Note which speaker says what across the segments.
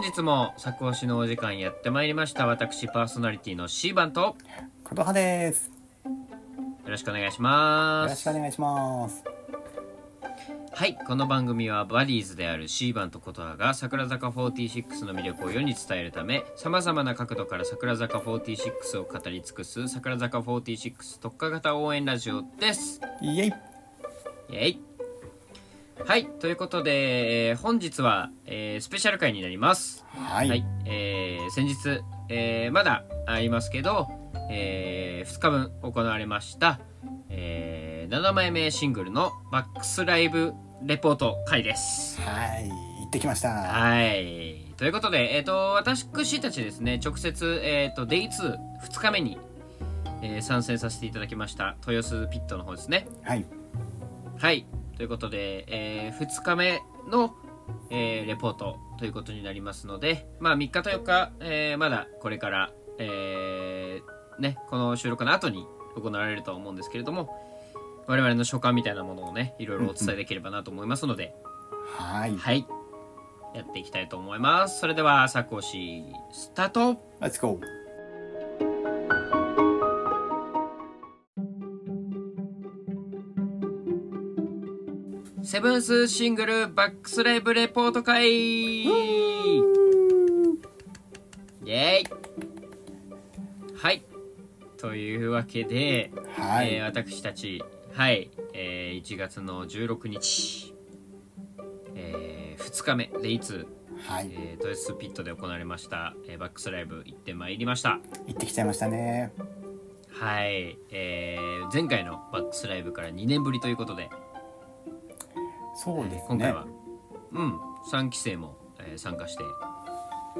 Speaker 1: 日も作押しのお時間やってまいりました私パーソナリティの C 番とよ
Speaker 2: ことはです。
Speaker 1: ろしくお願いしま
Speaker 2: よろし
Speaker 1: す
Speaker 2: くお願いします。
Speaker 1: はいこの番組はバディーズである C 番と琴葉が桜坂46の魅力を世に伝えるためさまざまな角度から桜坂46を語り尽くす桜坂46特化型応援ラジオです
Speaker 2: イエイ。
Speaker 1: イエイはいということで、えー本日は、えースペシャル回になります
Speaker 2: はい。
Speaker 1: えー先日、えーまだありますけど、え2日分行われました、え7枚目シングルのバックスライブレポート回です
Speaker 2: はい。行ってきました。
Speaker 1: はいということで、えー、と私たちですね直接、えー、と Day22 日目に、えー参戦させていただきました豊洲ピットの方ですね
Speaker 2: はい。
Speaker 1: はいということで、え2日目の、えーレポートということになりますので、まあ、3日と4日、えーまだこれから、えーね、この収録の後に行われるとは思うんですけれども我々の所感みたいなものをねいろいろお伝えできればなと思いますので、
Speaker 2: はい。
Speaker 1: はいやっていきたいと思いますそれではサコシスタート
Speaker 2: Let's go。
Speaker 1: セブンスシングルバックスライブレポート会イエーイはいというわけで、
Speaker 2: は
Speaker 1: えー
Speaker 2: い。
Speaker 1: 私たちはい、えー1月の16日、え2日目でいつ、
Speaker 2: はい。
Speaker 1: えー、ドレスピットで行われました、えーバックスライブ行ってまいりました
Speaker 2: 行ってきちゃいましたね。
Speaker 1: はい、えー前回のバックスライブから2年ぶりということで
Speaker 2: そうです
Speaker 1: 今回
Speaker 2: ね
Speaker 1: は、。うん3期生も、えー参加して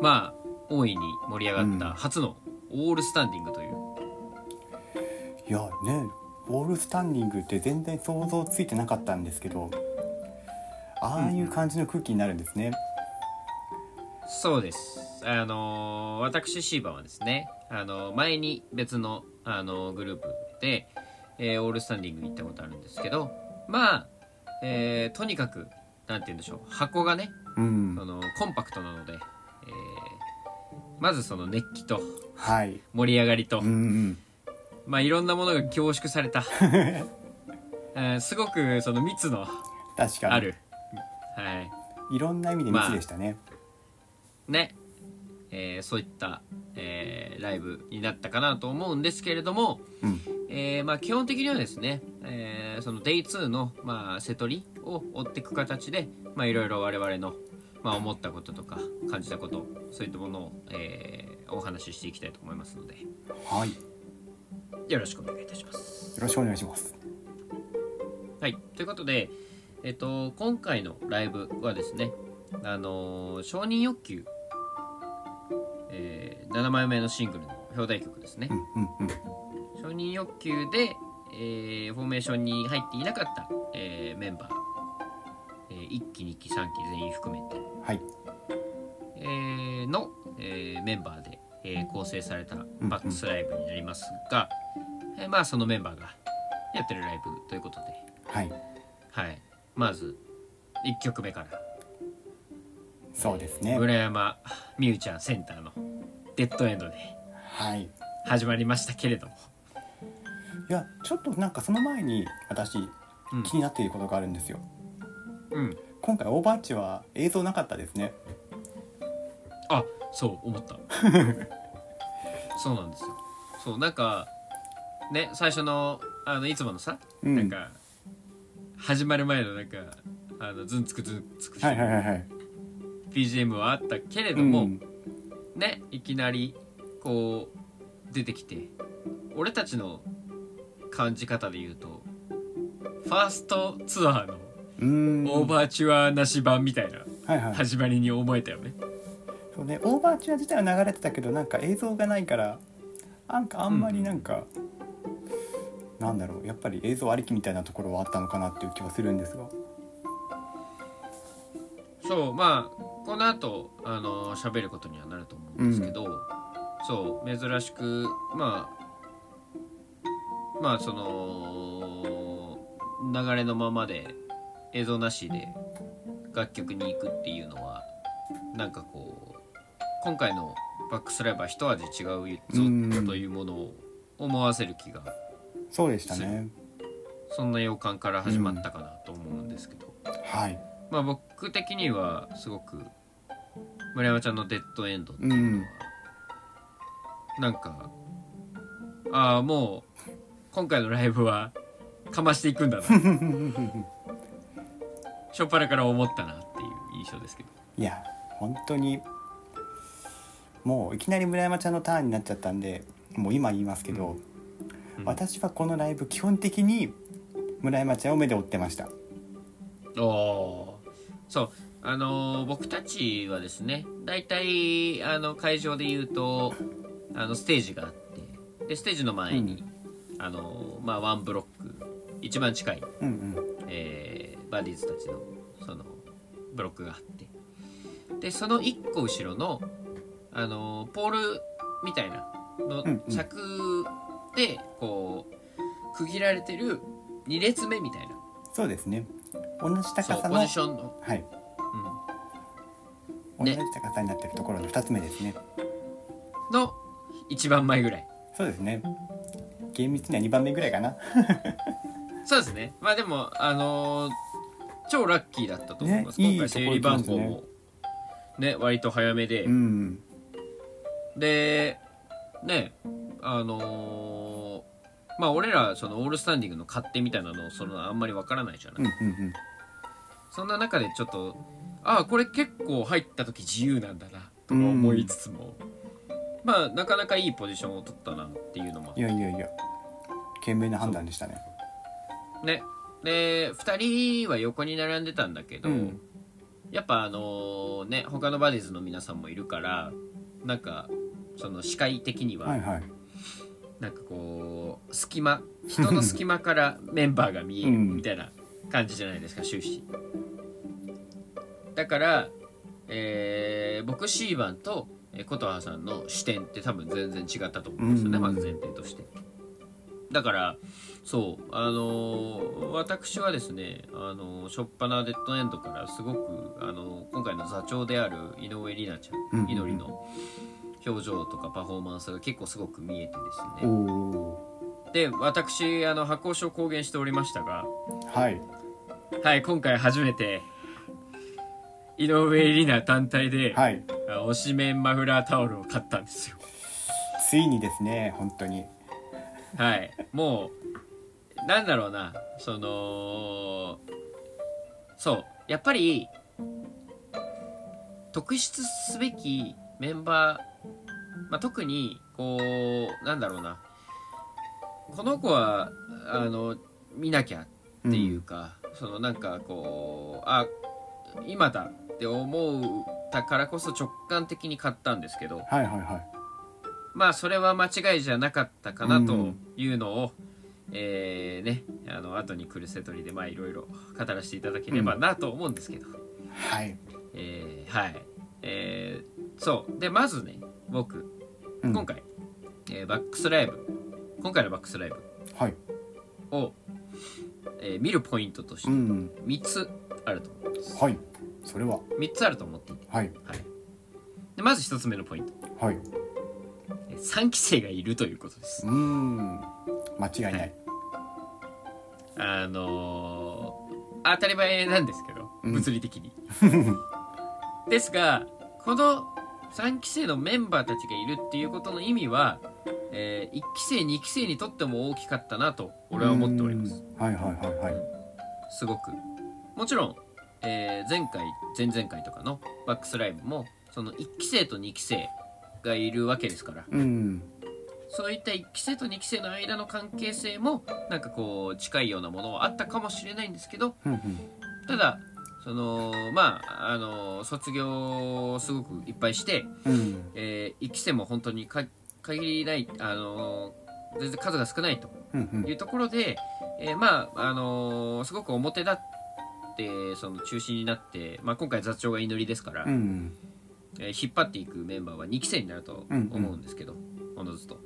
Speaker 1: まあ大いに盛り上がっ
Speaker 2: う
Speaker 1: た
Speaker 2: ん
Speaker 1: 初のオールスタンディングという、
Speaker 2: いや、ね。オールスタンディングって全然想像ついてなかったんですけど。ああいう感じの空気になるんですね。
Speaker 1: そうですあのー私シーバはですね、あのー前に別の、あのーグループで、えーオールスタンディング行ったことあるんですけどまあ、えーとにかくなんて言うんでしょう箱がね
Speaker 2: うん
Speaker 1: そ。のコンパクトなので、えーまずその熱気と
Speaker 2: はい。
Speaker 1: 盛り上がりと、
Speaker 2: うんうん。
Speaker 1: まあいろんなものが凝縮され た、えーすごくその密の
Speaker 2: 確かに。
Speaker 1: ある、はい
Speaker 2: いろんな意味で密でしたね。
Speaker 1: ねえーそういった、えーライブになったかなと思うんですけれども、
Speaker 2: うん。
Speaker 1: えーまあ、基本的にはですね、えーその Day2 の、まあ、瀬取りを追っていく形でまあいろいろ我々の、まあ、思ったこととか感じたことそういったものを、えーお話ししていきたいと思いますので
Speaker 2: はい。よ
Speaker 1: よろしくお願いいたします。
Speaker 2: ろしくお願いします。
Speaker 1: はい、ということで、えっと、今回のライブはですね、あのー承認欲求、えー7枚目のシングルの表題曲ですね
Speaker 2: うん。うんうん。
Speaker 1: 承認欲求で、えーフォーメーションに入っていなかった、えーメンバー、え1期、2期、3期全員含めて、
Speaker 2: はい。
Speaker 1: えーの、えーメンバーで、えー構成されたバックスライブになりますが、えーまあそのメンバーがやってるライブということで。
Speaker 2: はい。
Speaker 1: はい、まず1曲目から
Speaker 2: そうですね。
Speaker 1: 村山美羽ちゃんセンターの「デッドエンド」で
Speaker 2: はい。
Speaker 1: 始まりましたけれども、
Speaker 2: いやちょっとなんかその前に私
Speaker 1: うん
Speaker 2: 気になっていることがあるんですよ、
Speaker 1: うん、
Speaker 2: 今回オーバーチは映像なかったですね
Speaker 1: あそう思った そうなんですよそうなんかね最初のあのいつものさ、
Speaker 2: うん
Speaker 1: なんか始まる前のなんかあのズンツクズンツクして
Speaker 2: はいはい
Speaker 1: る
Speaker 2: はいはい
Speaker 1: BGM はあったけれども、ねいきなりこう出てきて俺たちの感じ方で言うとファーストツアーの
Speaker 2: うん
Speaker 1: オーバーチュアなし版みたいな
Speaker 2: はいはい
Speaker 1: 始まりに思えたよね、
Speaker 2: そうねオーバーチは自体は流れてたけどなんか映像がないからなんかあんまりなんか、なんだろうやっぱり映像ありきみたいなところはあったのかなっていう気はするんですが
Speaker 1: そうまあこの後あの喋ることにはなると思うんですけど、そう珍しくまあまあその流れのままで映像なしで楽曲に行くっていうのはなんかこう今回のバックスライバー一味違う
Speaker 2: うん
Speaker 1: ぞというものを思わせる気が
Speaker 2: そうでしたね
Speaker 1: そんな予感から始まったかなと思うんですけど、
Speaker 2: はい
Speaker 1: まあ僕的にはすごく村山ちゃんの「デッドエンド」っていううんなんかああもう今回のライブはかましていくんだな初っ端から思ったなっていう印象ですけど
Speaker 2: いや本当にもういきなり村山ちゃんのターンになっちゃったんでもう今言いますけど、
Speaker 1: うん
Speaker 2: 私はこのライブ基本的に村山ちゃんを目で追ってました
Speaker 1: おーそうあのー僕たちはですね大体あの会場で言うとあのステージがあってでステージの前に、あのーまあ、ワンブロック一番近い、
Speaker 2: うんうん
Speaker 1: えーバディーズたちのそのブロックがあってでその一個後ろの、あのーポールみたいなの
Speaker 2: うんうん
Speaker 1: 柵でこう区切られてる2列目みたいな
Speaker 2: そうですね同じ
Speaker 1: そ
Speaker 2: 高
Speaker 1: う
Speaker 2: さの
Speaker 1: ポ
Speaker 2: はい
Speaker 1: ジションの。うん
Speaker 2: 同
Speaker 1: ね
Speaker 2: じ高さになってるところの2つ目ですね
Speaker 1: の一番前ぐらい
Speaker 2: そうですね厳密には2番目ぐらいかな
Speaker 1: そうですねまあでもあのー超ラッキーだったと思います、
Speaker 2: ね
Speaker 1: 今回整理番号もね割と早めで、
Speaker 2: うん
Speaker 1: でねあのーまあ俺らそのオールスタンディングの勝手みたいなのそのあんまりわからないじゃない、
Speaker 2: うんうんうん
Speaker 1: そんな中でちょっとああこれ結構入った時自由なんだなとか思いつつも、まあなかなかいいポジションを取ったなっていうのもあって
Speaker 2: いやいやいや賢明な判断でしたね
Speaker 1: ねで2人は横に並んでたんだけど、
Speaker 2: うん
Speaker 1: やっぱあのね他のバディーズの皆さんもいるからなんかその視界的に
Speaker 2: はい
Speaker 1: は
Speaker 2: はい
Speaker 1: なんかこう隙間人の隙間からメンバーが見える
Speaker 2: うん
Speaker 1: みたいな感じじゃないですか終始だから、えー僕 C 番とえー琴葉さんの視点って多分全然違ったと思うんですよね、
Speaker 2: うん
Speaker 1: まず前提としてだからそうあのー私はですねあのー初っ端なデッドエンドからすごく、あのー今回の座長である井上里奈ちゃん、
Speaker 2: うん
Speaker 1: 祈りの表情とかパフォーマンスが結構すごく見えてです
Speaker 2: お
Speaker 1: ね
Speaker 2: お
Speaker 1: で私あの発酵症公言しておりましたが
Speaker 2: ーはい
Speaker 1: はい今回初めて井上里奈単体で、
Speaker 2: はい
Speaker 1: あ推しメンマフラータオルを買ったんですよ
Speaker 2: ついにですね本当に
Speaker 1: はい、もうなんだろうなそのそうやっぱり特筆すべきメンバー、まあ、特にこうなんだろうなこの子はあの見なきゃっていうか、そのなんかこうあ今だって思ったからこそ直感的に買ったんですけど
Speaker 2: はいはいはい
Speaker 1: まあそれは間違いじゃなかったかな
Speaker 2: う
Speaker 1: と
Speaker 2: ん
Speaker 1: いうのを、えーねあの後に来るセトリでまあいろいろ語らせていただければなと思うんですけど、
Speaker 2: はい
Speaker 1: えーはいえーそうでまずね僕
Speaker 2: うん
Speaker 1: 今回、えーバックスライブ今回のバックスライブ
Speaker 2: はい
Speaker 1: を、えー見るポイントとして
Speaker 2: うん
Speaker 1: 3つあると思います、
Speaker 2: はいそれは
Speaker 1: 3つあると思っていて、
Speaker 2: はい
Speaker 1: はい、でまず1つ目のポイント
Speaker 2: はい
Speaker 1: 3期生がいるということです
Speaker 2: うーん間違いない、
Speaker 1: はいあのー当たり前なんですけど、
Speaker 2: うん
Speaker 1: 物理的 に。ですが、この3期生のメンバーたちがいるっていうことの意味は、え1期生、2期生にとっても大きかったなと、俺は思っております。
Speaker 2: うんはいはいはいはい
Speaker 1: すごく。もちろん、えー前回、前々回とかのバックスライブも、その1期生と2期生がいるわけですから、
Speaker 2: うん
Speaker 1: そういった1期生と2期生の間の関係性も、なんかこう、近いようなものはあったかもしれないんですけど、
Speaker 2: うん
Speaker 1: ただそのまああの卒業をすごくいっぱいして、
Speaker 2: うんうん
Speaker 1: えー、1期生も本当にか限りないあの全然数が少ないと
Speaker 2: うんうん
Speaker 1: いうところで、えーまああのすごく表立ってその中心になって、まあ、今回座長が祈りですから、
Speaker 2: うん
Speaker 1: えー引っ張っていくメンバーは2期生になると思うんですけど、おのずと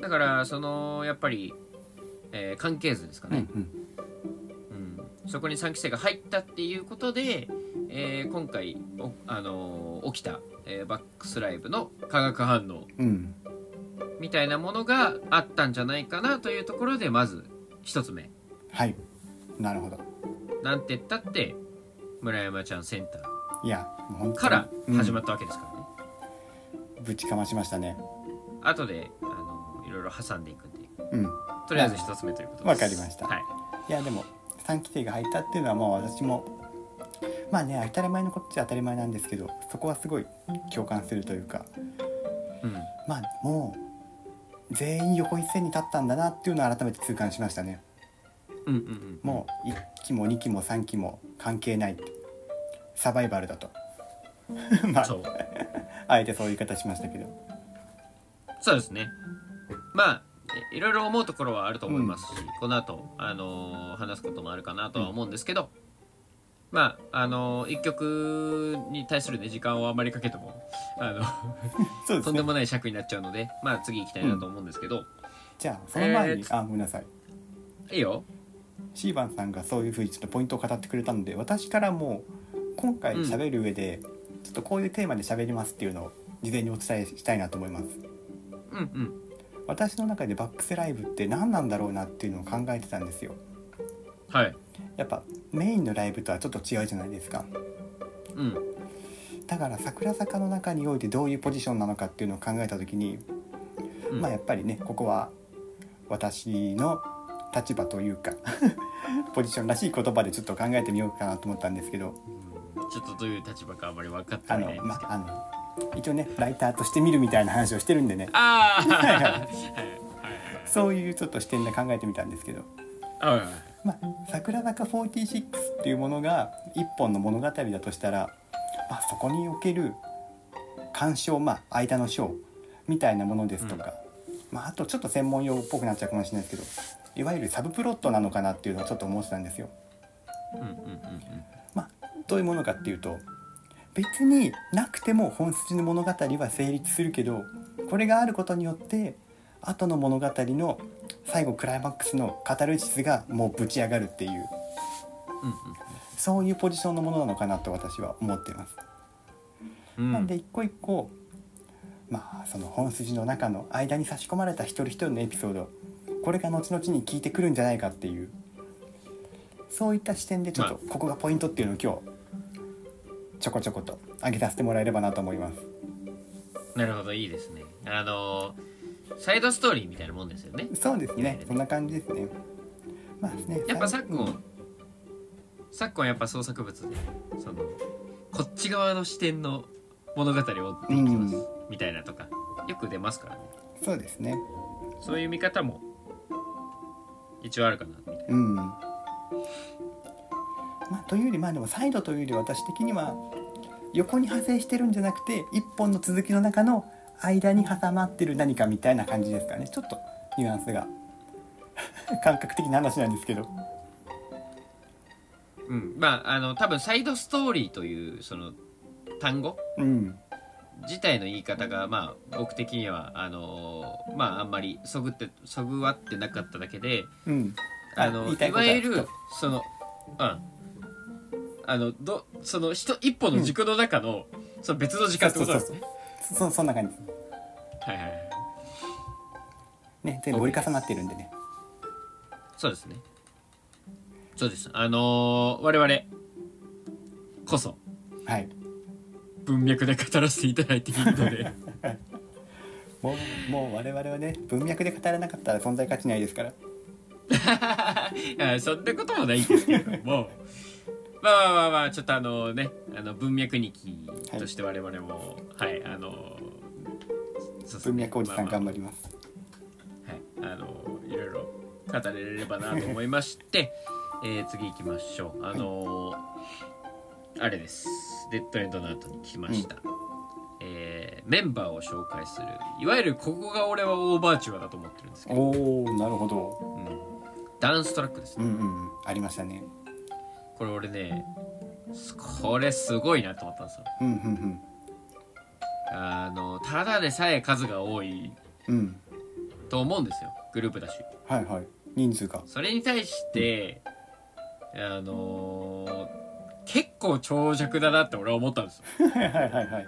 Speaker 1: だからそのやっぱり、えー関係図ですか
Speaker 2: う
Speaker 1: ね、
Speaker 2: ん
Speaker 1: うん、そこに3期生が入ったっていうことで、えー今回お、あのー起きたえーバックスライブの化学反応
Speaker 2: うん
Speaker 1: みたいなものがあったんじゃないかなというところでまず一つ目
Speaker 2: はいなるほど
Speaker 1: なんて言ったって村山ちゃんセンター
Speaker 2: いやもう本当に
Speaker 1: から始ま
Speaker 2: っ
Speaker 1: ったわけですからね、
Speaker 2: た、うんぶちかましましたね
Speaker 1: 後であのいろいろ挟んでいくんで
Speaker 2: うん
Speaker 1: とりあえず一つ目ということです
Speaker 2: わかりました
Speaker 1: はい、
Speaker 2: いやでも3期生が入ったっていうのはもう私もまあね当たり前のことっちゃ当たり前なんですけどそこはすごい共感するというか
Speaker 1: うん、
Speaker 2: まあもう全員横一線に立ったんだなっていうのを改めて痛感しましたね
Speaker 1: うんうんうん
Speaker 2: もう1期も2期も3期も関係ないサバイバルだと まあ
Speaker 1: そう
Speaker 2: あえてそういう言い方しましたけど
Speaker 1: そうですねまあえいろいろ思うところはあると思いますし、この後、あのー話すこともあるかなとは思うんですけど、まああのー、1曲に対する、ね、時間をあまりかけてもあ
Speaker 2: そ
Speaker 1: の
Speaker 2: うです
Speaker 1: とんで
Speaker 2: ね
Speaker 1: もない尺になっちゃうので、まあ、次行きたいなと思うんですけど、
Speaker 2: じゃあその前に、
Speaker 1: え
Speaker 2: あごめんなさい
Speaker 1: いいよ
Speaker 2: シーバンさんがそういうふうにちょっとポイントを語ってくれたので私からも今回喋る上で、ちょっとこういうテーマで喋りますっていうのを事前にお伝えしたいなと思います
Speaker 1: うんうん
Speaker 2: 私の中でバックスライブって何なんだろうなっていうのを考えてたんですよ
Speaker 1: はい
Speaker 2: やっぱメインのライブとはちょっと違うじゃないですか
Speaker 1: うん
Speaker 2: だから桜坂の中においてどういうポジションなのかっていうのを考えた時に、
Speaker 1: うん
Speaker 2: まあやっぱりねここは私の立場という かポジションらしい言葉でちょっと考えてみようかなと思ったんですけど
Speaker 1: ちょっとどういう立場かあまり分かって
Speaker 2: あ
Speaker 1: はい
Speaker 2: の
Speaker 1: ないんで
Speaker 2: ます
Speaker 1: けどあ
Speaker 2: あの一応ねライターとして見るみたいな話をしてるんでね
Speaker 1: あーはいはい
Speaker 2: そういうちょっと視点で考えてみたんですけど、
Speaker 1: はいはい
Speaker 2: まあ、桜坂46っていうものが一本の物語だとしたら、まあ、そこにおける鑑賞、まあ、間の章みたいなものですとか、まあ、あとちょっと専門用っぽくなっちゃうかもしれないですけどいわゆるサブプロットなのかなっていうのはちょっと思ってたんですよ。
Speaker 1: うんうんうん
Speaker 2: まあ、どういうものかっていうと別になくても本筋の物語は成立するけどこれがあることによって後の物語の最後クライマックスのカタルシスがもうぶち上がるっていう
Speaker 1: うん
Speaker 2: そういうポジションのものなのかなと私は思っています。
Speaker 1: うんうん
Speaker 2: なんで一個一個まあその本筋の中の間に差し込まれた一人一人のエピソードこれが後々に効いてくるんじゃないかっていうそういった視点でちょっとここがポイントっていうのを今日ちょこちょこと上げさせてもらえればなと思います。
Speaker 1: なるほどいいですねあのーサイドストーリーみたいなもんですよね
Speaker 2: そうですねそんな感じですね。まあね
Speaker 1: やっぱ
Speaker 2: さ
Speaker 1: 昨今昨今やっぱ創作物でそのこっち側の視点の物語を追っていきます、
Speaker 2: うん
Speaker 1: みたいなとかよく出ますからね
Speaker 2: そうですね。
Speaker 1: そういう見方も一応あるかなみたいな
Speaker 2: うんまあ、というよりまあでもサイドというより私的には横に派生してるんじゃなくて一本の続きの中の間に挟まってる何かみたいな感じですかねちょっとニュアンスが 感覚的な話なんですけど
Speaker 1: うんまああの多分サイドストーリーというその単語
Speaker 2: うん
Speaker 1: 自体の言い方がまあ僕的にはあのーまああんまりそぐってそぐわってなかっただけで、
Speaker 2: うん
Speaker 1: あの
Speaker 2: 言
Speaker 1: い
Speaker 2: いたいこと
Speaker 1: わ
Speaker 2: は
Speaker 1: ゆ
Speaker 2: ちょっ
Speaker 1: る
Speaker 2: と
Speaker 1: そのうんあのどその人一歩の軸の中の,、その別の時間ってことなんですね
Speaker 2: そそそんな感じです
Speaker 1: はいはいはい
Speaker 2: ね全部折り重なってるんでね
Speaker 1: そうですねそうですあのー我々こそ
Speaker 2: はい
Speaker 1: 文脈で語らせていただいていいので
Speaker 2: もうもう我々はね文脈で語らなかったら存在価値ないですから
Speaker 1: あそんなこともないんですけれどもまあまあまあまあちょっとあのねあの文脈日記として我々もはい、あのーそうですね
Speaker 2: 文脈おじさん
Speaker 1: まあまあ
Speaker 2: 頑張ります
Speaker 1: はい、あのいろいろ語れればなと思いまして、 えー次行きましょうあのあれですデッドエンドの後に来ました、えーメンバーを紹介するいわゆるここが俺はオーバーチュアだと思ってるんですけど、
Speaker 2: おおなるほど
Speaker 1: うんダンストラックです
Speaker 2: う
Speaker 1: ね
Speaker 2: んうんありましたね
Speaker 1: これ俺ねすこれすごいなと思ったんですよ
Speaker 2: うんうん
Speaker 1: あのただでさえ数が多い
Speaker 2: うんうん
Speaker 1: と思うんですよグループだし
Speaker 2: はいはい人数が
Speaker 1: それに対して、あ のー結構長尺だなって俺は思ったんですよ。
Speaker 2: はいはいはいはい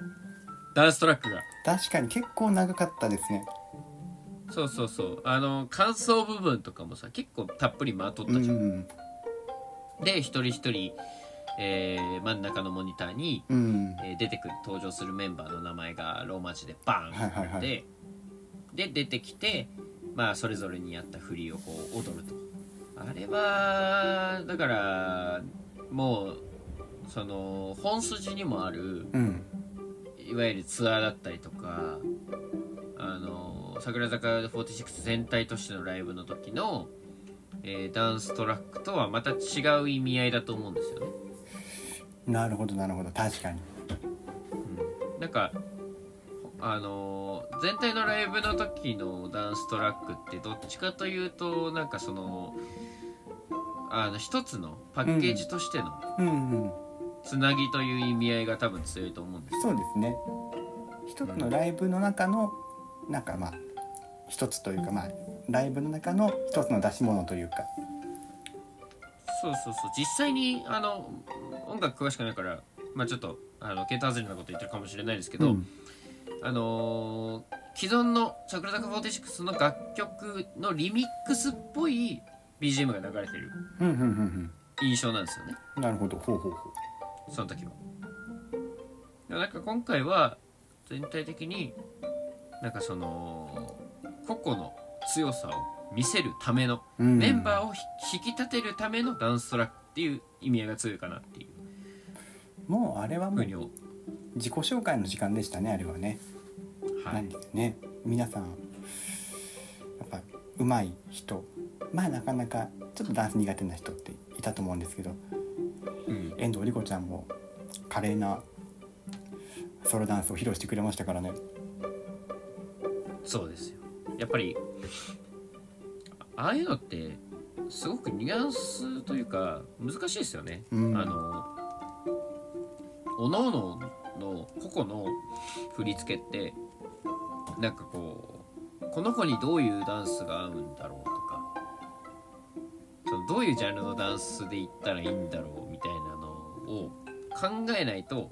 Speaker 1: ダンストラックが
Speaker 2: 確かに結構長かったですね
Speaker 1: そうそうそうあの感想部分とかもさ結構たっぷりまとっ
Speaker 2: う
Speaker 1: たじゃん、
Speaker 2: ん
Speaker 1: で一人一人、えー真ん中のモニターに、
Speaker 2: うん
Speaker 1: えー出てくる登場するメンバーの名前がローマ字でバーンって、
Speaker 2: はいはいは
Speaker 1: で出てきてまあそれぞれに合った振りをこう踊るとあれはだからもうその本筋にもある
Speaker 2: うん
Speaker 1: いわゆるツアーだったりとかあの櫻坂46全体としてのライブの時の、えーダンストラックとはまた違う意味合いだと思うんですよね。
Speaker 2: なるほどなるほど確かに
Speaker 1: うんなんかあのー全体のライブの時のダンストラックってどっちかというとなんかそのあの一つのパッケージとしての
Speaker 2: うんうん
Speaker 1: つなぎという意味合いが多分強いと思うんですよ、
Speaker 2: そうですね一つのライブの中のなんかまあ一つというかまあライブの中の一つの出し物というか
Speaker 1: そうそうそう実際にあの音楽詳しくないから、まあ、ちょっとあの桁外れなこと言ってるかもしれないですけど、
Speaker 2: うん
Speaker 1: あのー既存の櫻坂46の楽曲のリミックスっぽい BGM が流れてる
Speaker 2: うんうんうん
Speaker 1: 印象なんですよね。
Speaker 2: うんなるほどほうほうほ
Speaker 1: その時は。でもなんか今回は全体的になんかその個々の強さを見せるための、
Speaker 2: う、うん、
Speaker 1: メンバーをひ引き立てるためのダンストラックっていう意味合いが強いかなっていう
Speaker 2: もうあれは
Speaker 1: ふ
Speaker 2: も
Speaker 1: う
Speaker 2: う
Speaker 1: に思う、
Speaker 2: 自己紹介の時間でしたねあれはね、
Speaker 1: は
Speaker 2: ないん、でね皆さんやっぱ上手い人まあなかなかちょっとダンス苦手な人っていたと思うんですけど
Speaker 1: うん、
Speaker 2: 遠藤理子ちゃんも華麗なソロダンスを披露してくれましたからね
Speaker 1: そうですよやっぱりああいうのってすごくニュアンスというか難しいですよね
Speaker 2: うん
Speaker 1: あのおののの個々の振り付けってなんかこうこの子にどういうダンスが合うんだろうとかそのどういうジャンルのダンスでいったらいいんだろうみたいなのを考えないと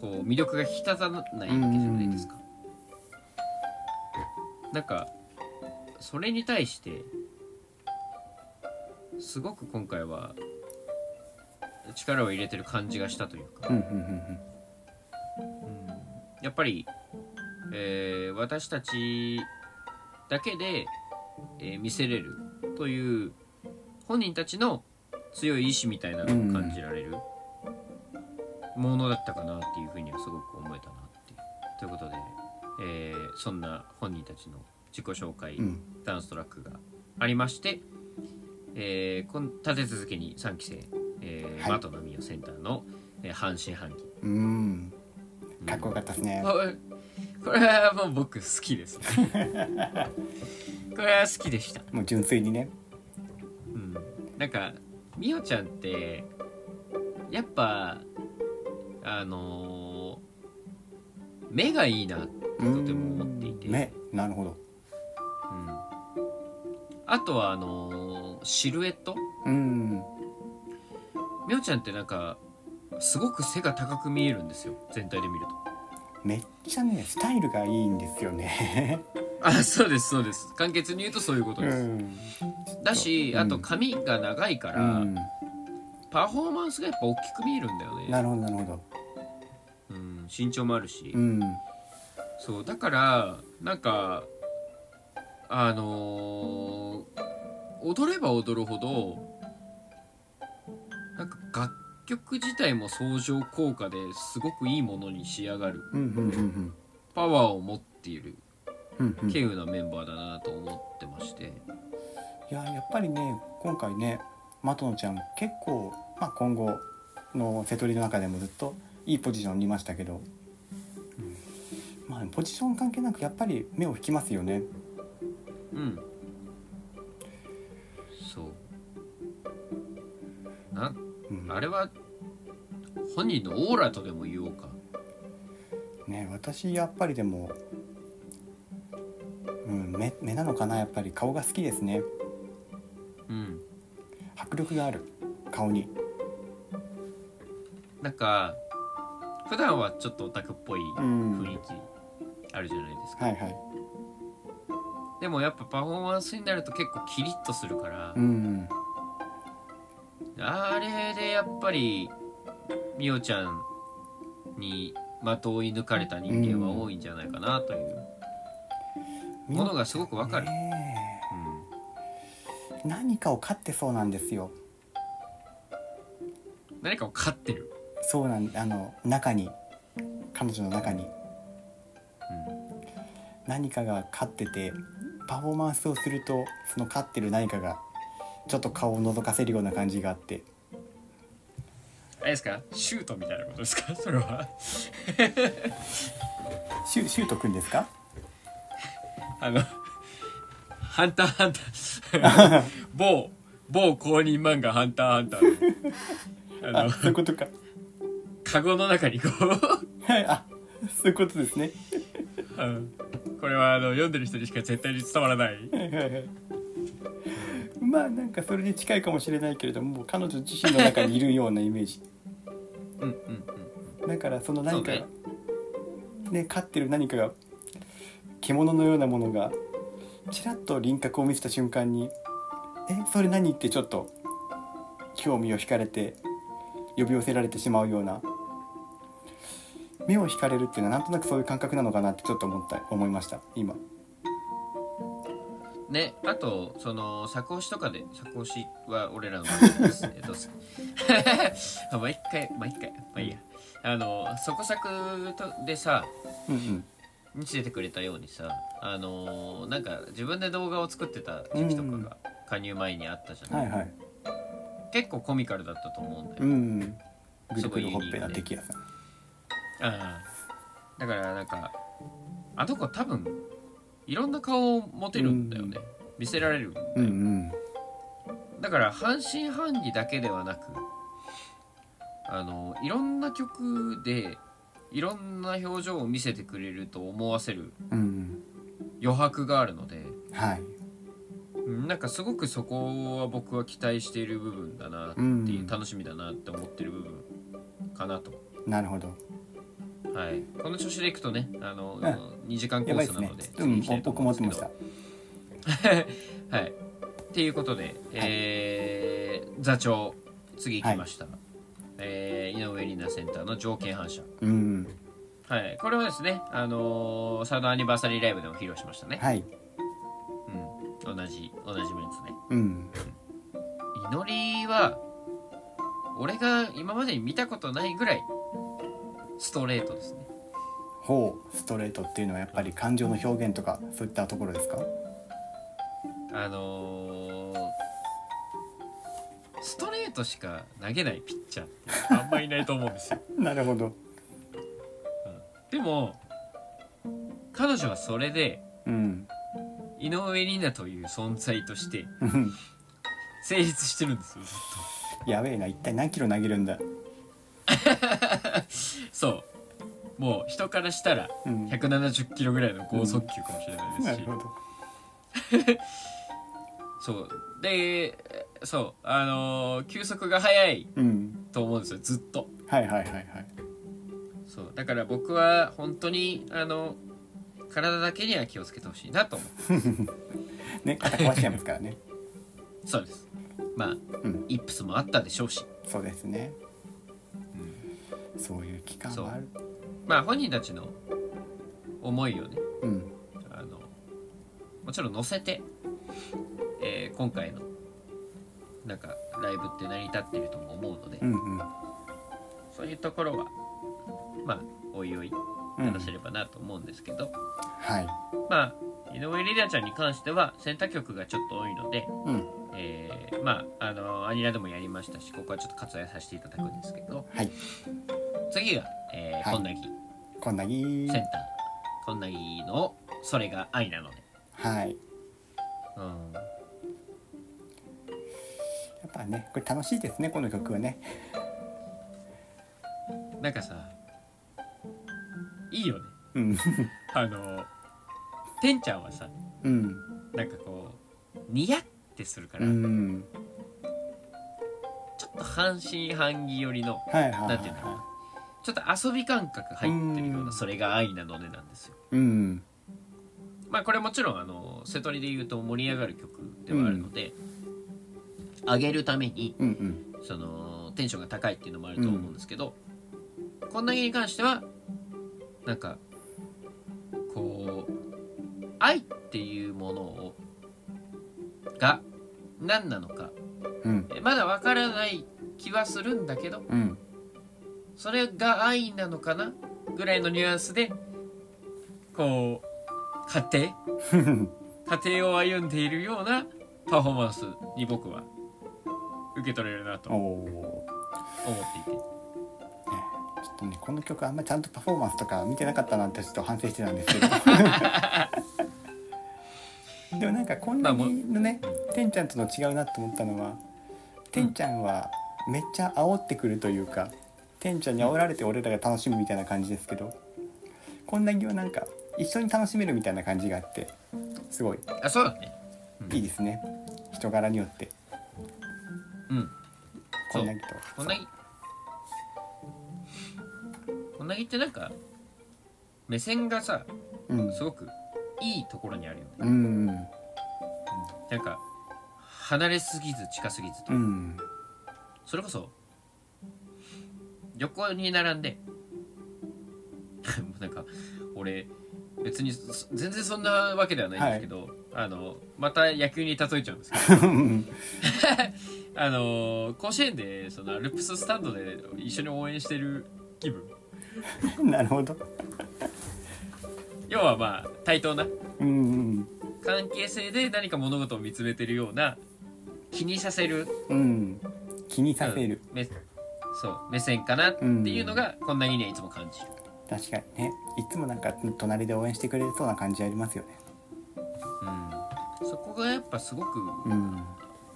Speaker 1: こう魅力が引き立たないわけじゃないですか。なんかそれに対してすごく今回は力を入れてる感じがしたというか、
Speaker 2: うんうんうん
Speaker 1: やっぱり、えー私たちだけで、えー見せれるという本人たちの強い意志みたいなのを感じられるものだったかなっていうふうにはすごく思えたなっていう。ということで、えーそんな本人たちの自己紹介、
Speaker 2: うんうん
Speaker 1: ダンストラックがありまして、えー、こん立て続けに3期生、えー
Speaker 2: はい
Speaker 1: 的の美代センターの、えー半信半疑、
Speaker 2: うん
Speaker 1: うん
Speaker 2: かっこよかったですね。
Speaker 1: これ これはもう僕好きです ねこれは好きでした、
Speaker 2: もう純粋にね。
Speaker 1: うん、なんか美代ちゃんってやっぱあのー目がいいな
Speaker 2: と
Speaker 1: とても思っていて
Speaker 2: ね、なるほど。
Speaker 1: うん、あとはあのーシルエット
Speaker 2: うん。
Speaker 1: みおちゃんってなんかすごく背が高く見えるんですよ全体で見ると
Speaker 2: めっちゃねスタイルがいいんですよね。
Speaker 1: あそうですそうです簡潔に言うとそういうこと
Speaker 2: う
Speaker 1: です、
Speaker 2: ん。
Speaker 1: だし
Speaker 2: うん
Speaker 1: あと髪が長いから、
Speaker 2: うん
Speaker 1: パフォーマンスがやっぱ大きく見えるんだよね、
Speaker 2: なるほどなるほど。
Speaker 1: うん、身長もあるし、
Speaker 2: うん。
Speaker 1: そうだからなんかあのー踊れば踊るほどなんか楽曲自体も相乗効果ですごくいいものに仕上がる
Speaker 2: うんうんうん
Speaker 1: パワーを持っている
Speaker 2: うんうんうん。い
Speaker 1: 稀有なメンバーだなと思ってまして、
Speaker 2: ややっぱりね今回ねマトノちゃん結構まあ今後の瀬戸りの中でもずっといいポジションにいましたけど。まあ、ポジション関係なくやっぱり目を引きますよね。
Speaker 1: うんそうな
Speaker 2: うん、
Speaker 1: あれは本人のオーラとでも言おうか
Speaker 2: ね私やっぱりでも、うん、目目なのかなやっぱり顔が好きですね
Speaker 1: うん
Speaker 2: 迫力がある顔に
Speaker 1: なんか普段はちょっとオタクっぽい
Speaker 2: ん
Speaker 1: 雰囲気あるじゃないですか、
Speaker 2: はいはい
Speaker 1: でもやっぱパフォーマンスになると結構キリッとするから、
Speaker 2: うん
Speaker 1: あれでやっぱりみおちゃんに的を射抜かれた人間は多いんじゃないかなというものがすごくわかる、
Speaker 2: ね
Speaker 1: うん
Speaker 2: え何かを飼ってそうなんですよ
Speaker 1: 何かを飼ってる、
Speaker 2: そうなんあの中に彼女の中に何かが飼っててパフォーマンスをするとその飼ってる何かがちょっと顔を覗かせるような感じがあって
Speaker 1: あれですかシュートみたいなことですかそれは
Speaker 2: シュシュートくんですか
Speaker 1: あのハンターハンター某某公認漫画ハンターハンター のあ
Speaker 2: あ
Speaker 1: の
Speaker 2: そういうことか
Speaker 1: カゴの中にこう
Speaker 2: はいあそういうことですね
Speaker 1: あのこれはあの読んでる人にしか絶対に伝わらない
Speaker 2: はいはいはいまあなんかそれに近いかもしれないけれども彼女自身の中にいるようなイメージ
Speaker 1: うんうんうん
Speaker 2: だからその何かが
Speaker 1: そ
Speaker 2: ね飼ってる何かが獣のようなものがちらっと輪郭を見せた瞬間に「えそれ何?」ってちょっと興味を惹かれて呼び寄せられてしまうような目を惹かれるっていうのはなんとなくそういう感覚なのかなってちょっと思った思いました今。
Speaker 1: ねあとその作押しとかで作押しは俺らの番組です、えっとすあ 毎回毎回まあいいやあのそこ作とでさ
Speaker 2: うんうん
Speaker 1: 見せてくれたようにさあのなんか自分で動画を作ってた時期とか
Speaker 2: うん
Speaker 1: が加入前にあったじゃない、
Speaker 2: はいはい
Speaker 1: 結構コミカルだったと思うんだよ、
Speaker 2: うんぐ
Speaker 1: す
Speaker 2: る
Speaker 1: ご
Speaker 2: ぐ
Speaker 1: い
Speaker 2: る
Speaker 1: ユニーク
Speaker 2: ほっ
Speaker 1: ね
Speaker 2: ぺな敵やさん。
Speaker 1: ああだからなんかあの子多分いろんな顔を持てるんだよね、見せられるんだよ、
Speaker 2: うんうん
Speaker 1: だから半信半疑だけではなくあのいろんな曲でいろんな表情を見せてくれると思わせる
Speaker 2: うん
Speaker 1: 余白があるので
Speaker 2: うんはい
Speaker 1: うんなんかすごくそこは僕は期待している部分だなって
Speaker 2: う
Speaker 1: い
Speaker 2: ん
Speaker 1: う、楽しみだなって思ってる部分かなと、
Speaker 2: なるほど
Speaker 1: はい、この調子でいくとねあの、
Speaker 2: ん
Speaker 1: 2時間コ
Speaker 2: やば
Speaker 1: ー
Speaker 2: いで
Speaker 1: ス
Speaker 2: す
Speaker 1: な
Speaker 2: ね
Speaker 1: ので
Speaker 2: う
Speaker 1: 次
Speaker 2: ん
Speaker 1: 行きたいと
Speaker 2: 僕
Speaker 1: 思
Speaker 2: 持
Speaker 1: うん
Speaker 2: っ
Speaker 1: で
Speaker 2: て
Speaker 1: すけど
Speaker 2: ました
Speaker 1: はい。っていうことで、えー座長、次行きました。えー井上里奈センターの条件反射。
Speaker 2: うん
Speaker 1: はい。これはですね、あのーサードアニバーサリーライブでも披露しましたね。
Speaker 2: はい
Speaker 1: うん。同じ、同じメンツね。
Speaker 2: うん
Speaker 1: 祈りは、俺が今までに見たことないぐらい、ストレートですね。
Speaker 2: ほうストレートっていうのはやっぱり感情の表現とかそういったところですか
Speaker 1: あのーストレートしか投げないピッチャーあんまいないと思うん ですよ
Speaker 2: なるほど
Speaker 1: でも彼女はそれで
Speaker 2: うん
Speaker 1: 井上里奈という存在として
Speaker 2: うん
Speaker 1: 成立してるんですよずっ
Speaker 2: やべえな一体何キロ投げるんだ
Speaker 1: とそうもう人からしたら
Speaker 2: うんな
Speaker 1: 170キロぐらいの剛速球かもしれないですし、
Speaker 2: るほど
Speaker 1: そうでそうあのー球速が速い
Speaker 2: うん
Speaker 1: と思うんですよずっと
Speaker 2: はいはいはいはい
Speaker 1: そうだから僕は本当にあの体だけには気をつけてほしいなと思う
Speaker 2: ね肩壊しちゃいますからね
Speaker 1: そうですまあ、
Speaker 2: ん
Speaker 1: イップスもあったでしょうし
Speaker 2: そうですねそういう期間がある
Speaker 1: まあ本人たちの思いをね
Speaker 2: うん
Speaker 1: あのもちろん載せて、えー今回のなんかライブって成り立っているとも思うので、
Speaker 2: うんうん
Speaker 1: そういうところはまあおいおい
Speaker 2: うん
Speaker 1: 話せればなと思うんですけど、
Speaker 2: はい
Speaker 1: まあ井上里奈ちゃんに関しては選択曲がちょっと多いので、
Speaker 2: うん
Speaker 1: えーまああのアニラでもやりましたしここはちょっと割愛させていただくんですけど
Speaker 2: はい
Speaker 1: 次が、えー
Speaker 2: はい
Speaker 1: こんなぎ
Speaker 2: こんなぎ
Speaker 1: センターこんなぎの「それが愛なので」
Speaker 2: はい
Speaker 1: うん、
Speaker 2: やっぱねこれ楽しいですねこの曲はね
Speaker 1: なんかさいいよね
Speaker 2: うん
Speaker 1: あのてんちゃんはさ
Speaker 2: うん
Speaker 1: なんかこうニヤってするから、
Speaker 2: うん
Speaker 1: ちょっと半信半疑寄りの
Speaker 2: はいはいはい
Speaker 1: なんていうの
Speaker 2: は
Speaker 1: ちょっと遊び感覚入ってるよう
Speaker 2: う
Speaker 1: なんそれが愛なのでなんですよ
Speaker 2: うん
Speaker 1: まあこれもちろんあの瀬戸りで言うと盛り上がる曲ではあるので、上げるために
Speaker 2: うんうん
Speaker 1: そのテンションが高いっていうのもあると思うんですけど、こんなに関してはなんかこう愛っていうものをが何なのか
Speaker 2: うん
Speaker 1: えまだわからない気はするんだけど
Speaker 2: うん
Speaker 1: それが愛なのかなぐらいのニュアンスでこう家庭
Speaker 2: ふふふ
Speaker 1: 家庭を歩んでいるようなパフォーマンスに僕は受け取れるなと
Speaker 2: お
Speaker 1: 思
Speaker 2: お
Speaker 1: っていて
Speaker 2: ちょっとねこの曲あんまちゃんとパフォーマンスとか見てなかったなってちょっと反省してた んですけどでもなんかこんなにのね、てんちゃんとの違うなと思ったのはてんちゃんはめっちゃ煽ってくるというか、てんちゃんに煽られて俺らが楽しむみたいな感じですけどこんなにはなんか一緒に楽しめるみたいな感じがあってすごい
Speaker 1: あそうだね
Speaker 2: いいですね人柄によって
Speaker 1: うん
Speaker 2: こんなぎと
Speaker 1: こんなぎこんなぎってなんか目線がさ
Speaker 2: うん
Speaker 1: すごくいいところにあるよね
Speaker 2: うん
Speaker 1: なんか離れすぎず近すぎずと
Speaker 2: うん
Speaker 1: それこそ横に並んで もうなんか俺別にそ全然そんなわけではないんですけど、あのまた野球に例えちゃうんですけど あの甲子園でそのアルプススタンドで一緒に応援してる気分
Speaker 2: なるほど
Speaker 1: 要はまあ対等な
Speaker 2: うん
Speaker 1: 関係性で何か物事を見つめてるような気にさせる
Speaker 2: うんうん気にさせる、
Speaker 1: うん目そう目線かなっていうのがこんなにねいつも感じる
Speaker 2: 確かにねいつもなんか隣で応援してくれそうな感じありますよね
Speaker 1: うん、そこがやっぱすごく
Speaker 2: うん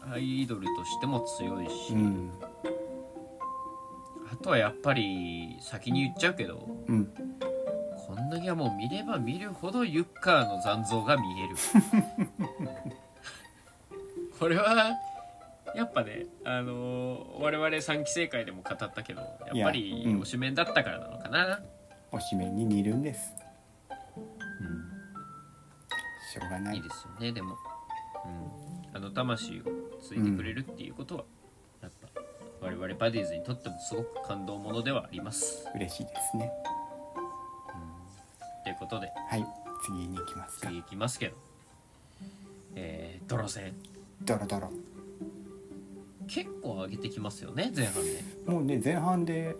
Speaker 1: アイドルとしても強いし、
Speaker 2: うん
Speaker 1: あとはやっぱり先に言っちゃうけど
Speaker 2: うん
Speaker 1: こんだけはもう見れば見るほどユッカーの残像が見える これはやっぱねあのー我々3期生会でも語ったけどやっぱ
Speaker 2: いやう
Speaker 1: り
Speaker 2: ん
Speaker 1: 推しメンだったからなのかな、
Speaker 2: おしめに似るんですしょうがない
Speaker 1: いいですよねでも、うん、あの魂をついてくれるっていうことは、やっぱ我々バディーズにとってもすごく感動ものではあります
Speaker 2: 嬉しいですね
Speaker 1: ということで
Speaker 2: はい次に行きますか
Speaker 1: 次いきますけどえー、泥線
Speaker 2: ドロドロ
Speaker 1: 結構上げてきますよね前半で
Speaker 2: もうね前半で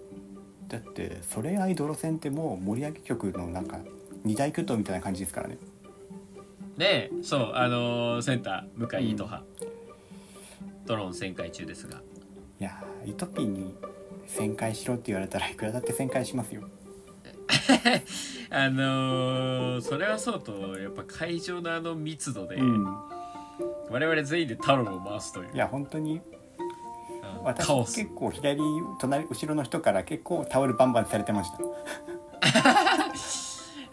Speaker 2: だって「それ愛泥戦」ってもう盛り上げ曲のなんか二大巨頭みたいな感じですからね
Speaker 1: ねえそうあのーセンター向井糸葉、ドローン旋回中ですが
Speaker 2: いやーイトピーに旋回しろって言われたらいくらだって旋回しますよ
Speaker 1: あのーそれはそうとやっぱ会場のあの密度で、
Speaker 2: うん
Speaker 1: 我々全員でタロンを回すという
Speaker 2: いや本当に
Speaker 1: うん
Speaker 2: 私
Speaker 1: カオス
Speaker 2: 結構左隣後ろの人から結構タオルバンバンされてました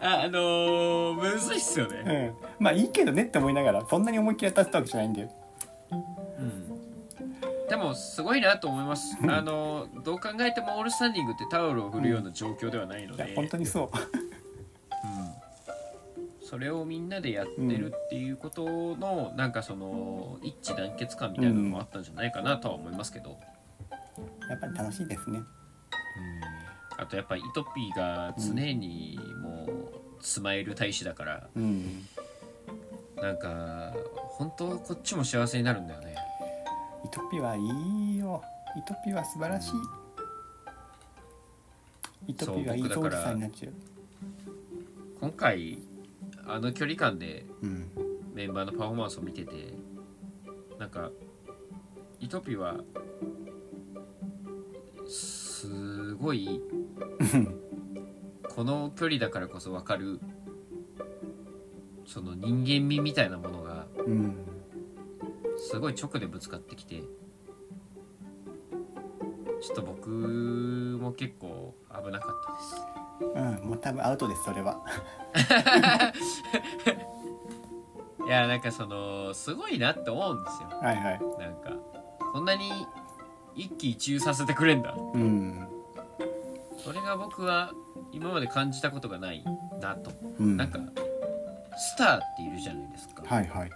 Speaker 1: ああのー、むずいっすよ
Speaker 2: う
Speaker 1: ね、
Speaker 2: んまあいいけどねって思いながらそんなに思いっきり当たったわけじゃないんだよ
Speaker 1: でもすごいなと思いますあのーどう考えてもオールスタンディングってタオルを振るような状況ではないの
Speaker 2: いや
Speaker 1: で、
Speaker 2: 本当にそう
Speaker 1: それをみんなでやってるっていうことの、なんかその一致団結感みたいなのもあったんじゃないかなとは思いますけど、
Speaker 2: やっぱり楽しいですね
Speaker 1: あとやっぱりイトピーが常にもうスマイル大使だから
Speaker 2: うん
Speaker 1: なんか本当こっちも幸せになるんだよね
Speaker 2: イトピはいいよイトピは素晴らしいイトピはいい
Speaker 1: そう
Speaker 2: ゾ
Speaker 1: 僕だ
Speaker 2: ウ
Speaker 1: から
Speaker 2: さんになっちゃう
Speaker 1: 今回あの距離感で
Speaker 2: うん
Speaker 1: メンバーのパフォーマンスを見ててなんかイトピはすごいこの距離だからこそ分かるその人間味みたいなものが
Speaker 2: うん
Speaker 1: すごい直でぶつかってきてちょっと僕も結構危なかったです。
Speaker 2: うんもう多分アウトですそれは
Speaker 1: いやなんかそのすごいなって思うんですよ
Speaker 2: はいはい
Speaker 1: なんかこんなに一喜一憂させてくれんだ
Speaker 2: うん
Speaker 1: それが僕は今まで感じたことがないなと、
Speaker 2: うん
Speaker 1: なんかスターっているじゃないですか、
Speaker 2: はいはい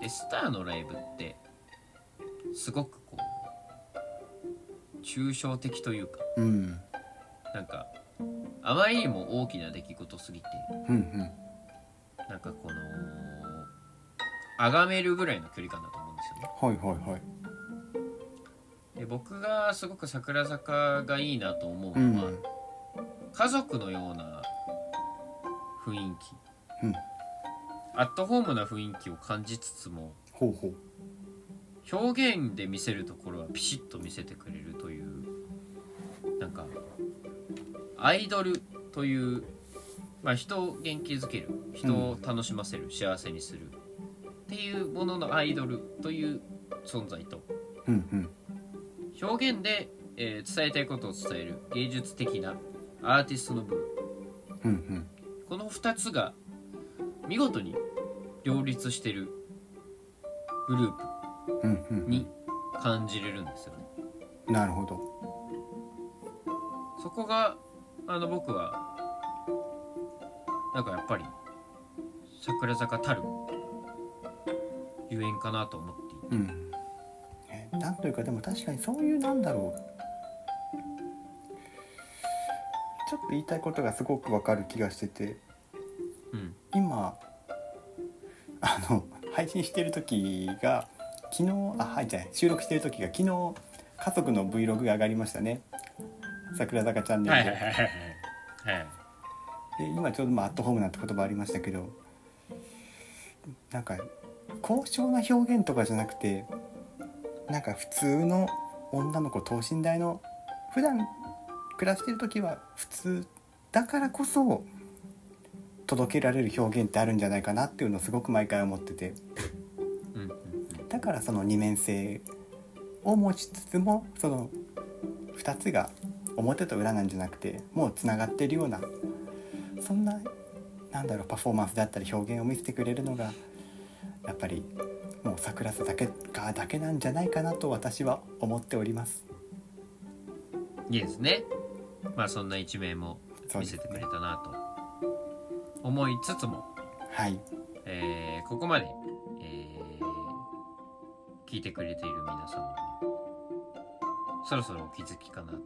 Speaker 1: でスターのライブってすごくこう抽象的というか
Speaker 2: うん
Speaker 1: なんかあまりにも大きな出来事すぎて
Speaker 2: うん
Speaker 1: なんかこの崇めるぐらいの距離感だと思うんですよね
Speaker 2: うんはいはいはい
Speaker 1: で僕がすごく桜坂がいいなと思う
Speaker 2: う
Speaker 1: の
Speaker 2: ん
Speaker 1: は、家族のような雰囲気
Speaker 2: うん
Speaker 1: アットホームな雰囲気を感じつつも
Speaker 2: ほうほう
Speaker 1: 表現で見せるところはピシッと見せてくれるというなんかアイドルという、まあ、人を元気づける人を楽しませる、幸せにするっていうもののアイドルという存在と
Speaker 2: うんうん
Speaker 1: 表現で、えー伝えたいことを伝える芸術的なアーティストの部分
Speaker 2: うんうん
Speaker 1: この2つが見事に両立してるグルー
Speaker 2: うんう
Speaker 1: プ
Speaker 2: ん
Speaker 1: に感じれるんですよね。
Speaker 2: なるほど
Speaker 1: そこがあの僕はなんかやっぱり桜坂たるゆえんかなと思っていて
Speaker 2: うんえなんというかでも確かにそういうなんだろうちょっと言いたいことがすごくわかる気がしてて
Speaker 1: うん
Speaker 2: 今あの配信してる時が昨日あはいじゃあ収録してる時が昨日家族の Vlog が上がりましたね桜坂チャンネル
Speaker 1: は
Speaker 2: で,
Speaker 1: い
Speaker 2: で、
Speaker 1: はいはいはいはい
Speaker 2: 今ちょうど、まあ「アットホーム」なんて言葉ありましたけどなんか高尚な表現とかじゃなくてなんか普通の女の子等身大の普段暮らしてる時は普通だからこそ届けられる表現ってあるんじゃないかなっていうのをすごく毎回思ってて
Speaker 1: うんうん
Speaker 2: だからその二面性を持ちつつもその2つが表と裏なんじゃなくてもうつながってるようなそんななんだろうパフォーマンスだったり表現を見せてくれるのがやっぱりもう桜さだけがだけなんじゃないかなと私は思っております。
Speaker 1: うんいいですねまあそんな一面も
Speaker 2: そう
Speaker 1: 見
Speaker 2: です
Speaker 1: せ
Speaker 2: ね
Speaker 1: てくれたなと思いつつも
Speaker 2: はい、
Speaker 1: えーここまで、えー聞いてくれている皆様もそろそろお気づきかなと思う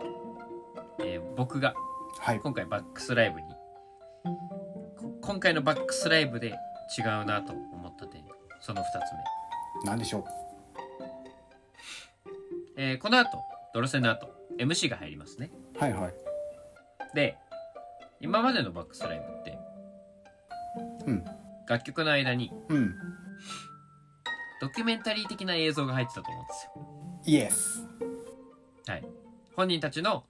Speaker 1: んですけど、えー僕が
Speaker 2: はい、
Speaker 1: 今回バックスライブにこ今回のバックスライブで違うなと思った点その2つ
Speaker 2: なんでしょう。
Speaker 1: 目、えーこの後ドロセの後 MC が入りますね
Speaker 2: はいはい。
Speaker 1: で今までのバックスライブって、
Speaker 2: うん
Speaker 1: 楽曲の間に
Speaker 2: うん。
Speaker 1: ドキュメンタリー的な映像が入ってたと思うんですよ
Speaker 2: イエス。
Speaker 1: はい、本人たちの、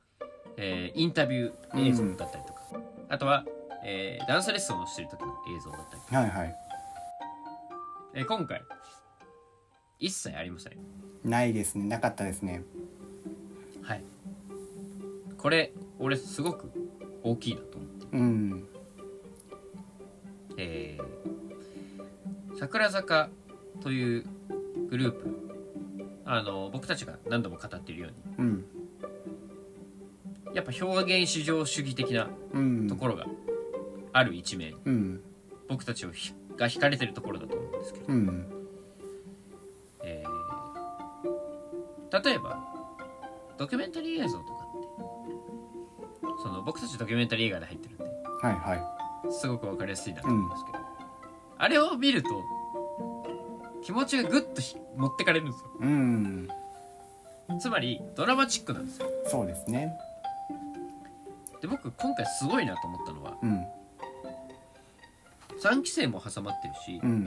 Speaker 1: えーインタビュー映像だったりとか、あとは、えーダンスレッスンをしてる時の映像だったり、
Speaker 2: はいはい。
Speaker 1: えー今回一切ありません、
Speaker 2: ないですね。なかったですね。
Speaker 1: はい、これ俺すごく大きいなと思って、
Speaker 2: うん。
Speaker 1: えー桜坂というグループあの僕たちが何度も語っているよう
Speaker 2: うん。
Speaker 1: にやっぱ表現至上主義的な
Speaker 2: うん。
Speaker 1: ところがある一面、
Speaker 2: うん。
Speaker 1: 僕たちをひが惹かれてるところだと思うんですけど、
Speaker 2: うん。
Speaker 1: えー例えばドキュメンタリー映像とかってその僕たちドキュメンタリー映画で入ってるんで
Speaker 2: はいは
Speaker 1: すごく分かりやすいなと思うんですけど、あれを見ると気持ちがぐっとひ持ってかれるんですよ
Speaker 2: い。うん。
Speaker 1: つまりドラマチックなんですよ
Speaker 2: そうですね。
Speaker 1: で僕今回すごいなと思ったのは
Speaker 2: うん。
Speaker 1: 3期生も挟まってるし、
Speaker 2: うん。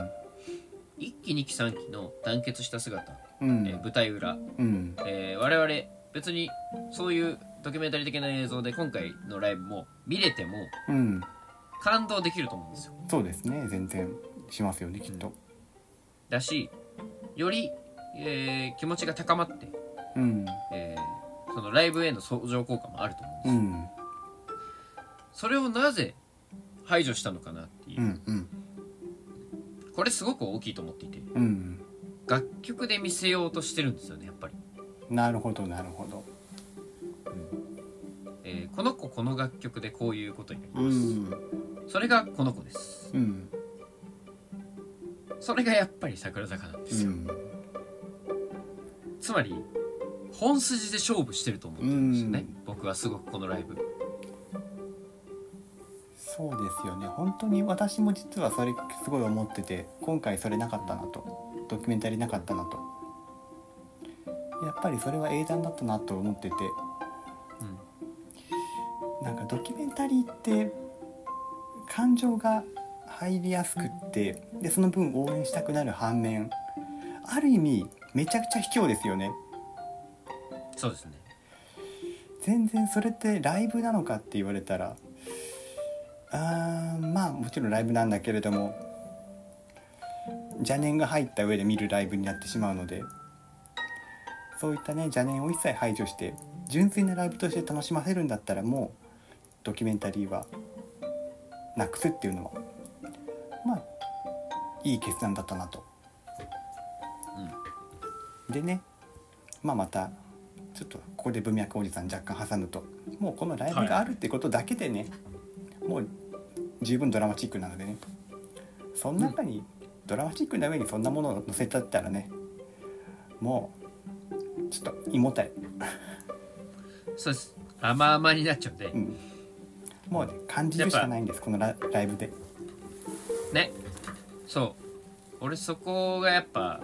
Speaker 1: 1期2期3期の団結した姿、
Speaker 2: う
Speaker 1: えー
Speaker 2: ん。
Speaker 1: 舞台裏
Speaker 2: うん。
Speaker 1: えー我々別にそういうドキュメンタリー的な映像で今回のライブも見れても
Speaker 2: うん。
Speaker 1: 感動できると思うんですよ
Speaker 2: そうですね。全然しますよね、きっと。
Speaker 1: だしより、えー気持ちが高まって、
Speaker 2: うん。
Speaker 1: えーそのライブへの相乗効果もあると思う
Speaker 2: うん
Speaker 1: です、
Speaker 2: ん。
Speaker 1: それをなぜ排除したのかなっていうう、
Speaker 2: ん。うん。
Speaker 1: これすごく大きいと思っていて
Speaker 2: うん。
Speaker 1: 楽曲で見せようとしてるんですよねやっぱり
Speaker 2: なるほど、なるほど。
Speaker 1: この子この楽曲でこういうことになり
Speaker 2: う
Speaker 1: ます、
Speaker 2: ん
Speaker 1: それがこの子です
Speaker 2: うん
Speaker 1: それがやっぱり桜坂なんで
Speaker 2: う
Speaker 1: すよ、
Speaker 2: ん
Speaker 1: つまり本筋で勝負してると思ってるんですよね、僕はすごくこのライブ
Speaker 2: そうですよね本当に私も実はそれすごい思ってて今回それなかったなとドキュメンタリーなかったなとやっぱりそれは英断だったなと思ってて
Speaker 1: うん
Speaker 2: なんかドキュメンタリーって感情が入りやすくってでその分応援したくなる反面ある意味めちゃくちゃ卑怯ですよね
Speaker 1: そうですね
Speaker 2: 全然それってライブなのかって言われたらあーまあもちろんライブなんだけれども邪念が入った上で見るライブになってしまうのでそういったね邪念を一切排除して純粋なライブとして楽しませるんだったらもうドキュメンタリーはなくすっていうのはまあいい決断だったなと。でねまあまたちょっとここで文脈おじさん若干挟むともうこのライブがあるってことだけでね、もう十分ドラマチックなのでねその中にドラマチックな上にそんなものを載せちゃったらねもうちょっと胃もたれ、
Speaker 1: そうです甘々になっちゃうんで、
Speaker 2: うん、もうね感じるしかないんですこのラライブで。
Speaker 1: ねそう俺そこがやっぱ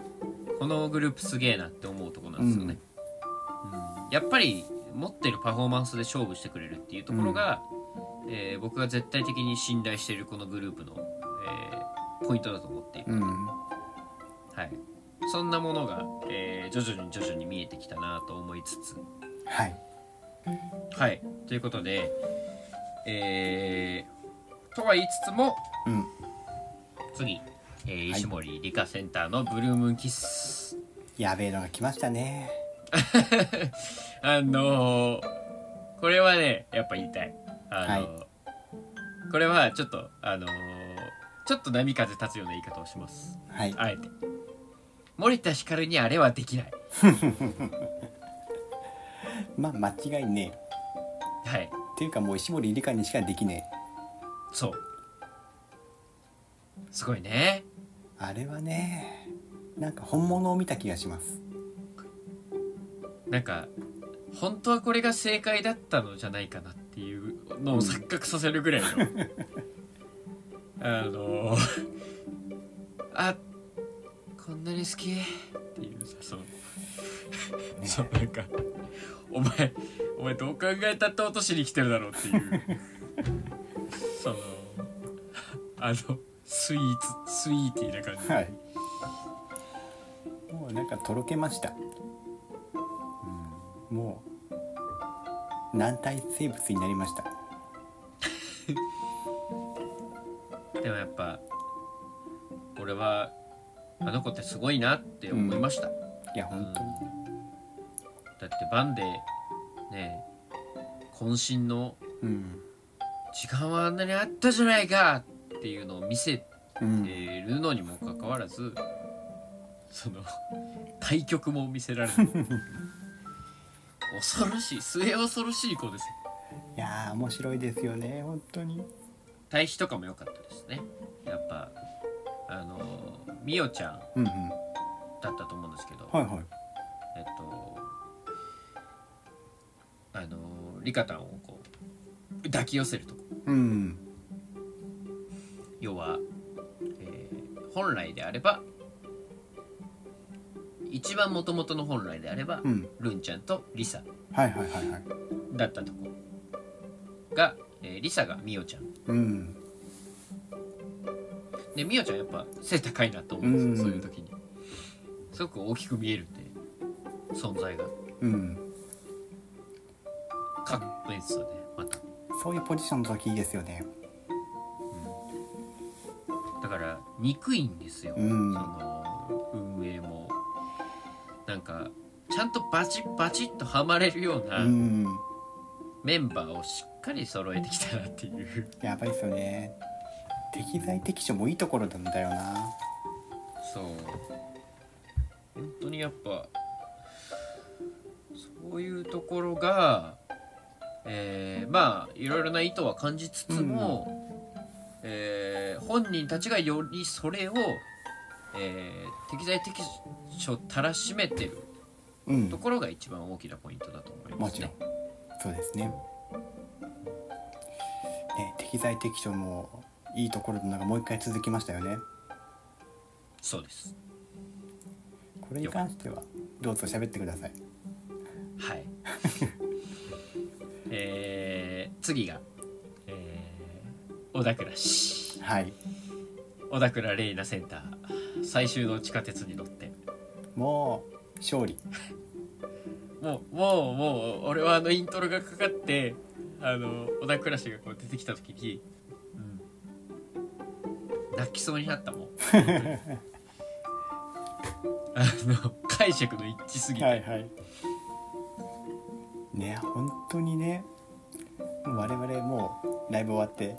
Speaker 1: このグループすげえなって思うとこなんですよね、うんやっぱり持ってるパフォーマンスで勝負してくれるっていうところが、えー僕が絶対的に信頼しているこのグループの、えーポイントだと思っている、
Speaker 2: うん
Speaker 1: はい、そんなものが、えー徐々に徐々に見えてきたなと思いつつ
Speaker 2: はい
Speaker 1: はいということでえーとは言いつつも
Speaker 2: うん
Speaker 1: 次、えー
Speaker 2: はい
Speaker 1: 石森理科センターのブルームーンキッス
Speaker 2: やべえのが来ましたね。
Speaker 1: あのーこれはねやっぱ言いたいあのーこれはちょっとあのーちょっと波風立つような言い方をします
Speaker 2: はい。
Speaker 1: あえて森田ひかるにあれはできない
Speaker 2: まあ間違いねえ。
Speaker 1: はい
Speaker 2: っていうかもう石森理科にしかできね
Speaker 1: そうすごいね
Speaker 2: え。あれはね、なんか本物を見た気がします。
Speaker 1: なんか本当はこれが正解だったのじゃないかなっていうのを錯覚させるぐらいの、あのあこんなに好きっていうさその
Speaker 2: ね
Speaker 1: そうなんかお前お前どう考えたって落としに来てるだろうっていうそのあのスイーツスイーティーな感じ、
Speaker 2: はい。もうなんかとろけました。うん、もう軟体生物になりました。
Speaker 1: でもやっぱ俺はあの子ってすごいなって思いました、
Speaker 2: いや本
Speaker 1: だってバンでね渾身の
Speaker 2: 当に。うん。
Speaker 1: 時間はあんなにあったじゃないかっていうのを見せて
Speaker 2: うん。
Speaker 1: るのにもかかわらずその対局も見せられる恐ろしい末恐ろしい子ですよ
Speaker 2: いやー面白いですよね本当に。
Speaker 1: 対比とかも良かったですねやっぱあのみおちゃん
Speaker 2: うんうん。
Speaker 1: だったと思うんですけど、
Speaker 2: はいはい。
Speaker 1: えっとあのリカタンをこう抱き寄せるとこ
Speaker 2: うん。
Speaker 1: 要は、えー本来であれば一番元々の本来であれば、
Speaker 2: うん。
Speaker 1: ルンちゃんとリサ
Speaker 2: はいはいはいはい。
Speaker 1: だったとこが、えーリサがミオちゃん
Speaker 2: うん。
Speaker 1: でミオちゃんやっぱ背高いなと思うんですよ、
Speaker 2: うん
Speaker 1: そういう時にすごく大きく見えるんで存在が
Speaker 2: うん。
Speaker 1: かっこいいですよねまた
Speaker 2: そういうポジションの時いいですよね。
Speaker 1: だから憎いんですよ、
Speaker 2: うん
Speaker 1: その運営もなんかちゃんとバチッバチッとはまれるよう
Speaker 2: う
Speaker 1: な、
Speaker 2: ん。
Speaker 1: メンバーをしっかり揃えてきたなっていう
Speaker 2: やばいですよね。適材適所もいいところなんだよな。
Speaker 1: そう本当にやっぱそういうところがえーまあいろいろな意図は感じつつも、えー本人たちがよりそれを、えー適材適所たらしめてる
Speaker 2: うん
Speaker 1: ところが一番大きなポイントだと思いま
Speaker 2: も
Speaker 1: す
Speaker 2: ちろん
Speaker 1: ね。
Speaker 2: そうですねね適材適所もいいところでなんかもう一回続きましたよね
Speaker 1: そうです。
Speaker 2: これに関してはどうぞ喋ってください
Speaker 1: はい。 えー次が、えー小田倉市
Speaker 2: はい
Speaker 1: 小田倉レイナセンター最終の地下鉄に乗って
Speaker 2: もう勝利
Speaker 1: もうもうもう俺はあのイントロがかかってあの小田倉氏がこう出てきた時に、うん、泣きそうになったもん本当にあの解釈の一致すぎて、
Speaker 2: はいね本当にねもう我々もうライブ終わって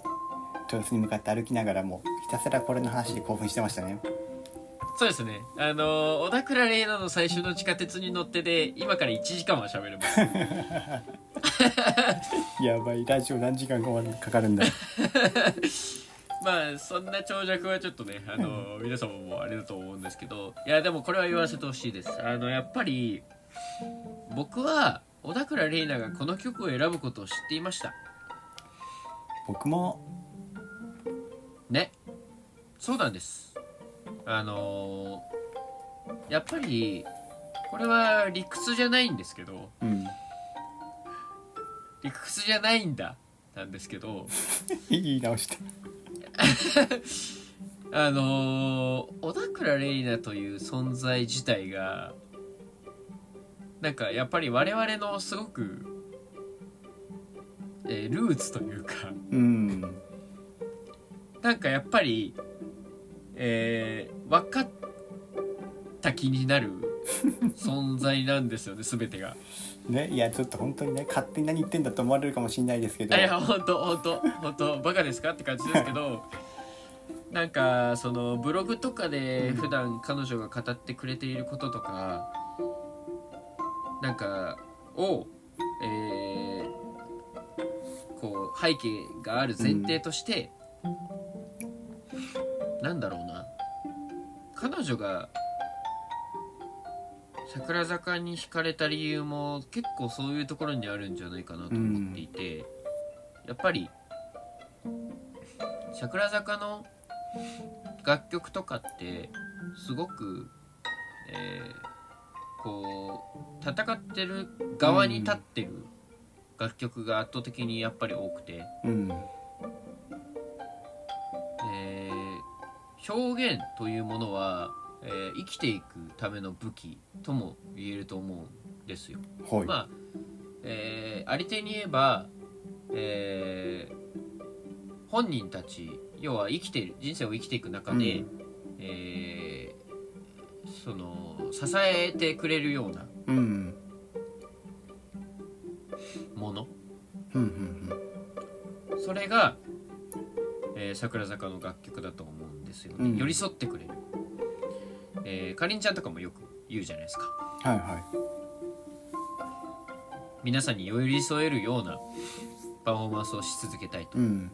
Speaker 2: 豊洲に向かって歩きながらもひたすらこれの話で興奮してましたね
Speaker 1: そうですねあの小田倉玲奈の最初の地下鉄に乗ってで今から1時間は喋れます
Speaker 2: やばいラジオ何時間かかるんだ
Speaker 1: まあそんな長尺はちょっとねあの皆様もあれだと思うんですけどいやでもこれは言わせてほしいですあのやっぱり僕は小田倉玲奈がこの曲を選ぶことを知っていました
Speaker 2: 僕も
Speaker 1: ねそうなんですあのーやっぱりこれは理屈じゃないんですけど
Speaker 2: うん
Speaker 1: 理屈じゃないんだなんですけど
Speaker 2: 言い直して
Speaker 1: あのー小田倉玲奈という存在自体がなんかやっぱり我々のすごく、えールーツというか
Speaker 2: うん
Speaker 1: なんかやっぱり、えー分かった気になる存在なんですよね全てが。
Speaker 2: ねいやちょっと本当にね勝手に何言ってんだと思われるかもしれないですけど
Speaker 1: いや本当本当本当バカですかって感じですけど なんかそのブログとかで普段彼女が語ってくれていることとかなんかを、えーこう背景がある前提として、なんだろうな彼女が桜坂に惹かれた理由も結構そういうところにあるんじゃないかなと思っていて、やっぱり桜坂の楽曲とかってすごく、えーこう戦ってる側に立ってる楽曲が圧倒的にやっぱり多くて、
Speaker 2: うん
Speaker 1: えー表現というものは、えー生きていくための武器とも言えると思うんですよ。
Speaker 2: ほい、
Speaker 1: まあえーありていに言えば、えー本人たち要は生きてる人生を生きていく中で、
Speaker 2: うん
Speaker 1: えーその支えてくれるような
Speaker 2: うん
Speaker 1: もの
Speaker 2: うんうん
Speaker 1: それが、えー桜坂の楽曲だと思うんですよね、
Speaker 2: うん
Speaker 1: 寄り添ってくれる、えーかりんちゃんとかもよく言うじゃないですか
Speaker 2: はいは
Speaker 1: 皆さんに寄り添えるようなパフォーマンスをし続けたいと
Speaker 2: いうん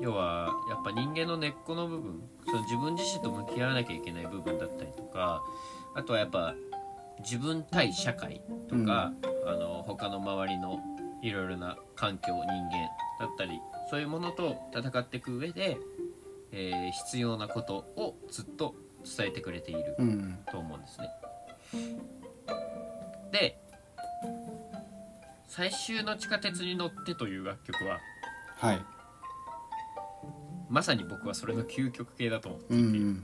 Speaker 1: 要はやっぱ人間の根っこの部分その自分自身と向き合わなきゃいけない部分だったりとかあとはやっぱ自分対社会とか、あの他の周りのいろいろな環境人間だったりそういうものと戦っていく上で、えー必要なことをずっと伝えてくれている
Speaker 2: うん
Speaker 1: と思うんですね。で「最終の地下鉄に乗って」という楽曲は
Speaker 2: はい
Speaker 1: まさに僕はそれの究極系だと思って
Speaker 2: うんう
Speaker 1: いて、
Speaker 2: ん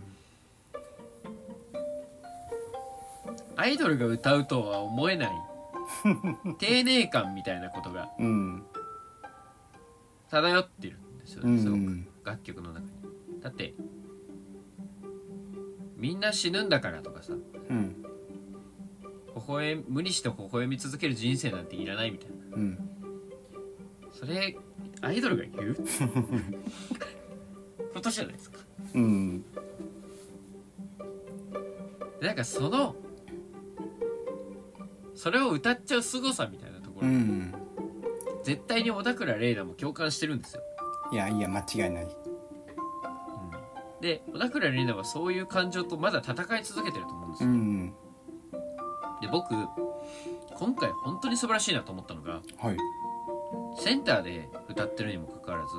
Speaker 1: アイドルが歌うとは思えない丁寧感みたいなことが
Speaker 2: うん
Speaker 1: 漂ってるんですよ
Speaker 2: う
Speaker 1: ねすごく
Speaker 2: ん
Speaker 1: 楽曲の中にだってみんな死ぬんだからとかさ
Speaker 2: うん
Speaker 1: 微笑み無理して微笑み続ける人生なんていらないみたいな
Speaker 2: うん
Speaker 1: それアイドルが言 うことじゃないですか
Speaker 2: うん
Speaker 1: でなんかそのそれを歌っちゃう凄さみたいなところ
Speaker 2: うん
Speaker 1: 絶対に小田倉玲奈も共感してるんですよ、
Speaker 2: いやいや間違いない
Speaker 1: で小田倉玲奈はそういう感情とまだ戦い続けてると思うんです
Speaker 2: う
Speaker 1: よ、
Speaker 2: ん
Speaker 1: で僕今回本当に素晴らしいなと思ったのが
Speaker 2: はい
Speaker 1: センターで歌ってるにもかかわらず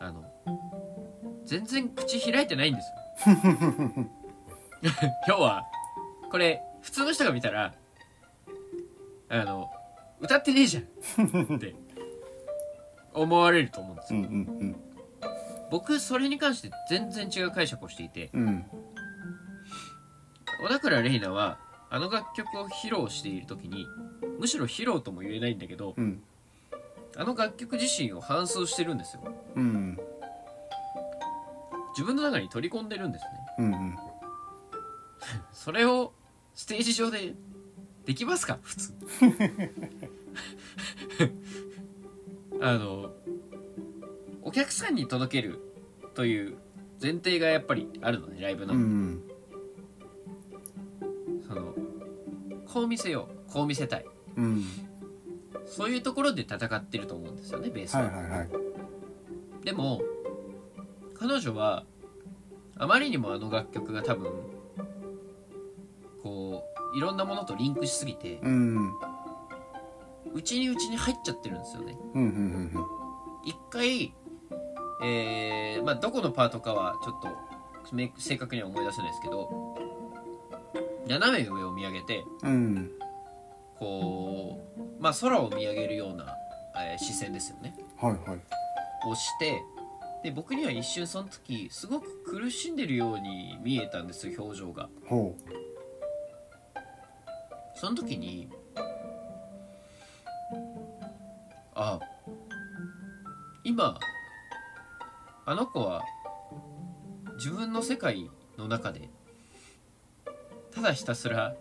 Speaker 1: あの全然口開いてないんですよ要はこれ普通の人が見たらあの歌ってねえじゃんって思われると思うんです
Speaker 2: う
Speaker 1: よ
Speaker 2: んうん
Speaker 1: 僕それに関して全然違う解釈をしていて
Speaker 2: うんうん
Speaker 1: 小田倉玲奈はあの楽曲を披露している時にむしろ披露とも言えないんだけど
Speaker 2: うん
Speaker 1: あの楽曲自身を反芻してるんですよ
Speaker 2: うん
Speaker 1: 自分の中に取り込んでるんですね
Speaker 2: うんうん
Speaker 1: それをステージ上でできますか普通 あのお客さんに届けるという前提がやっぱりあるのねライブの、
Speaker 2: うん
Speaker 1: そのこう見せようこう見せたい
Speaker 2: うん
Speaker 1: そういうところで戦ってると思うんですよねベース
Speaker 2: は
Speaker 1: は、
Speaker 2: いはいはい
Speaker 1: でも彼女はあまりにもあの楽曲が多分こういろんなものとリンクしすぎて
Speaker 2: うんうん
Speaker 1: うちにうちに入っちゃってるんですよね
Speaker 2: うんうん
Speaker 1: 一回、えーまあ、どこのパートかはちょっとめ正確には思い出せないですけど斜め上を見上げて
Speaker 2: うんうん
Speaker 1: こう、まあ、空を見上げるような、えー視線ですよね
Speaker 2: はいはい
Speaker 1: をしてで僕には一瞬その時すごく苦しんでるように見えたんですよ表情が
Speaker 2: ほ
Speaker 1: その時にあ今あの子は自分の世界の中でただひたすら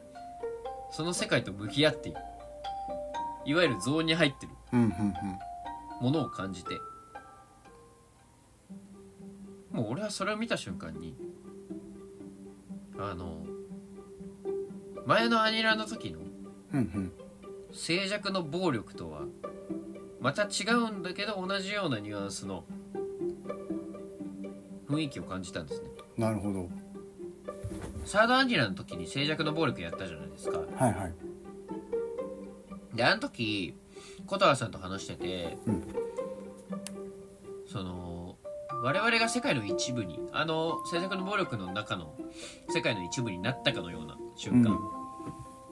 Speaker 1: その世界と向き合っているいわゆるゾーンに入ってる
Speaker 2: ううんうん
Speaker 1: ものを感じてもう俺はそれを見た瞬間にあの前のアニラの時の
Speaker 2: うんうん
Speaker 1: 静寂の暴力とはまた違うんだけど同じようなニュアンスの雰囲気を感じたんですね
Speaker 2: うんなるほど
Speaker 1: サードアニラの時に静寂の暴力やったじゃないですか
Speaker 2: はいはい
Speaker 1: であの時琴葉さんと話してて、
Speaker 2: うん
Speaker 1: その我々が世界の一部にあの静寂の暴力の中の世界の一部になったかのような瞬間、
Speaker 2: うん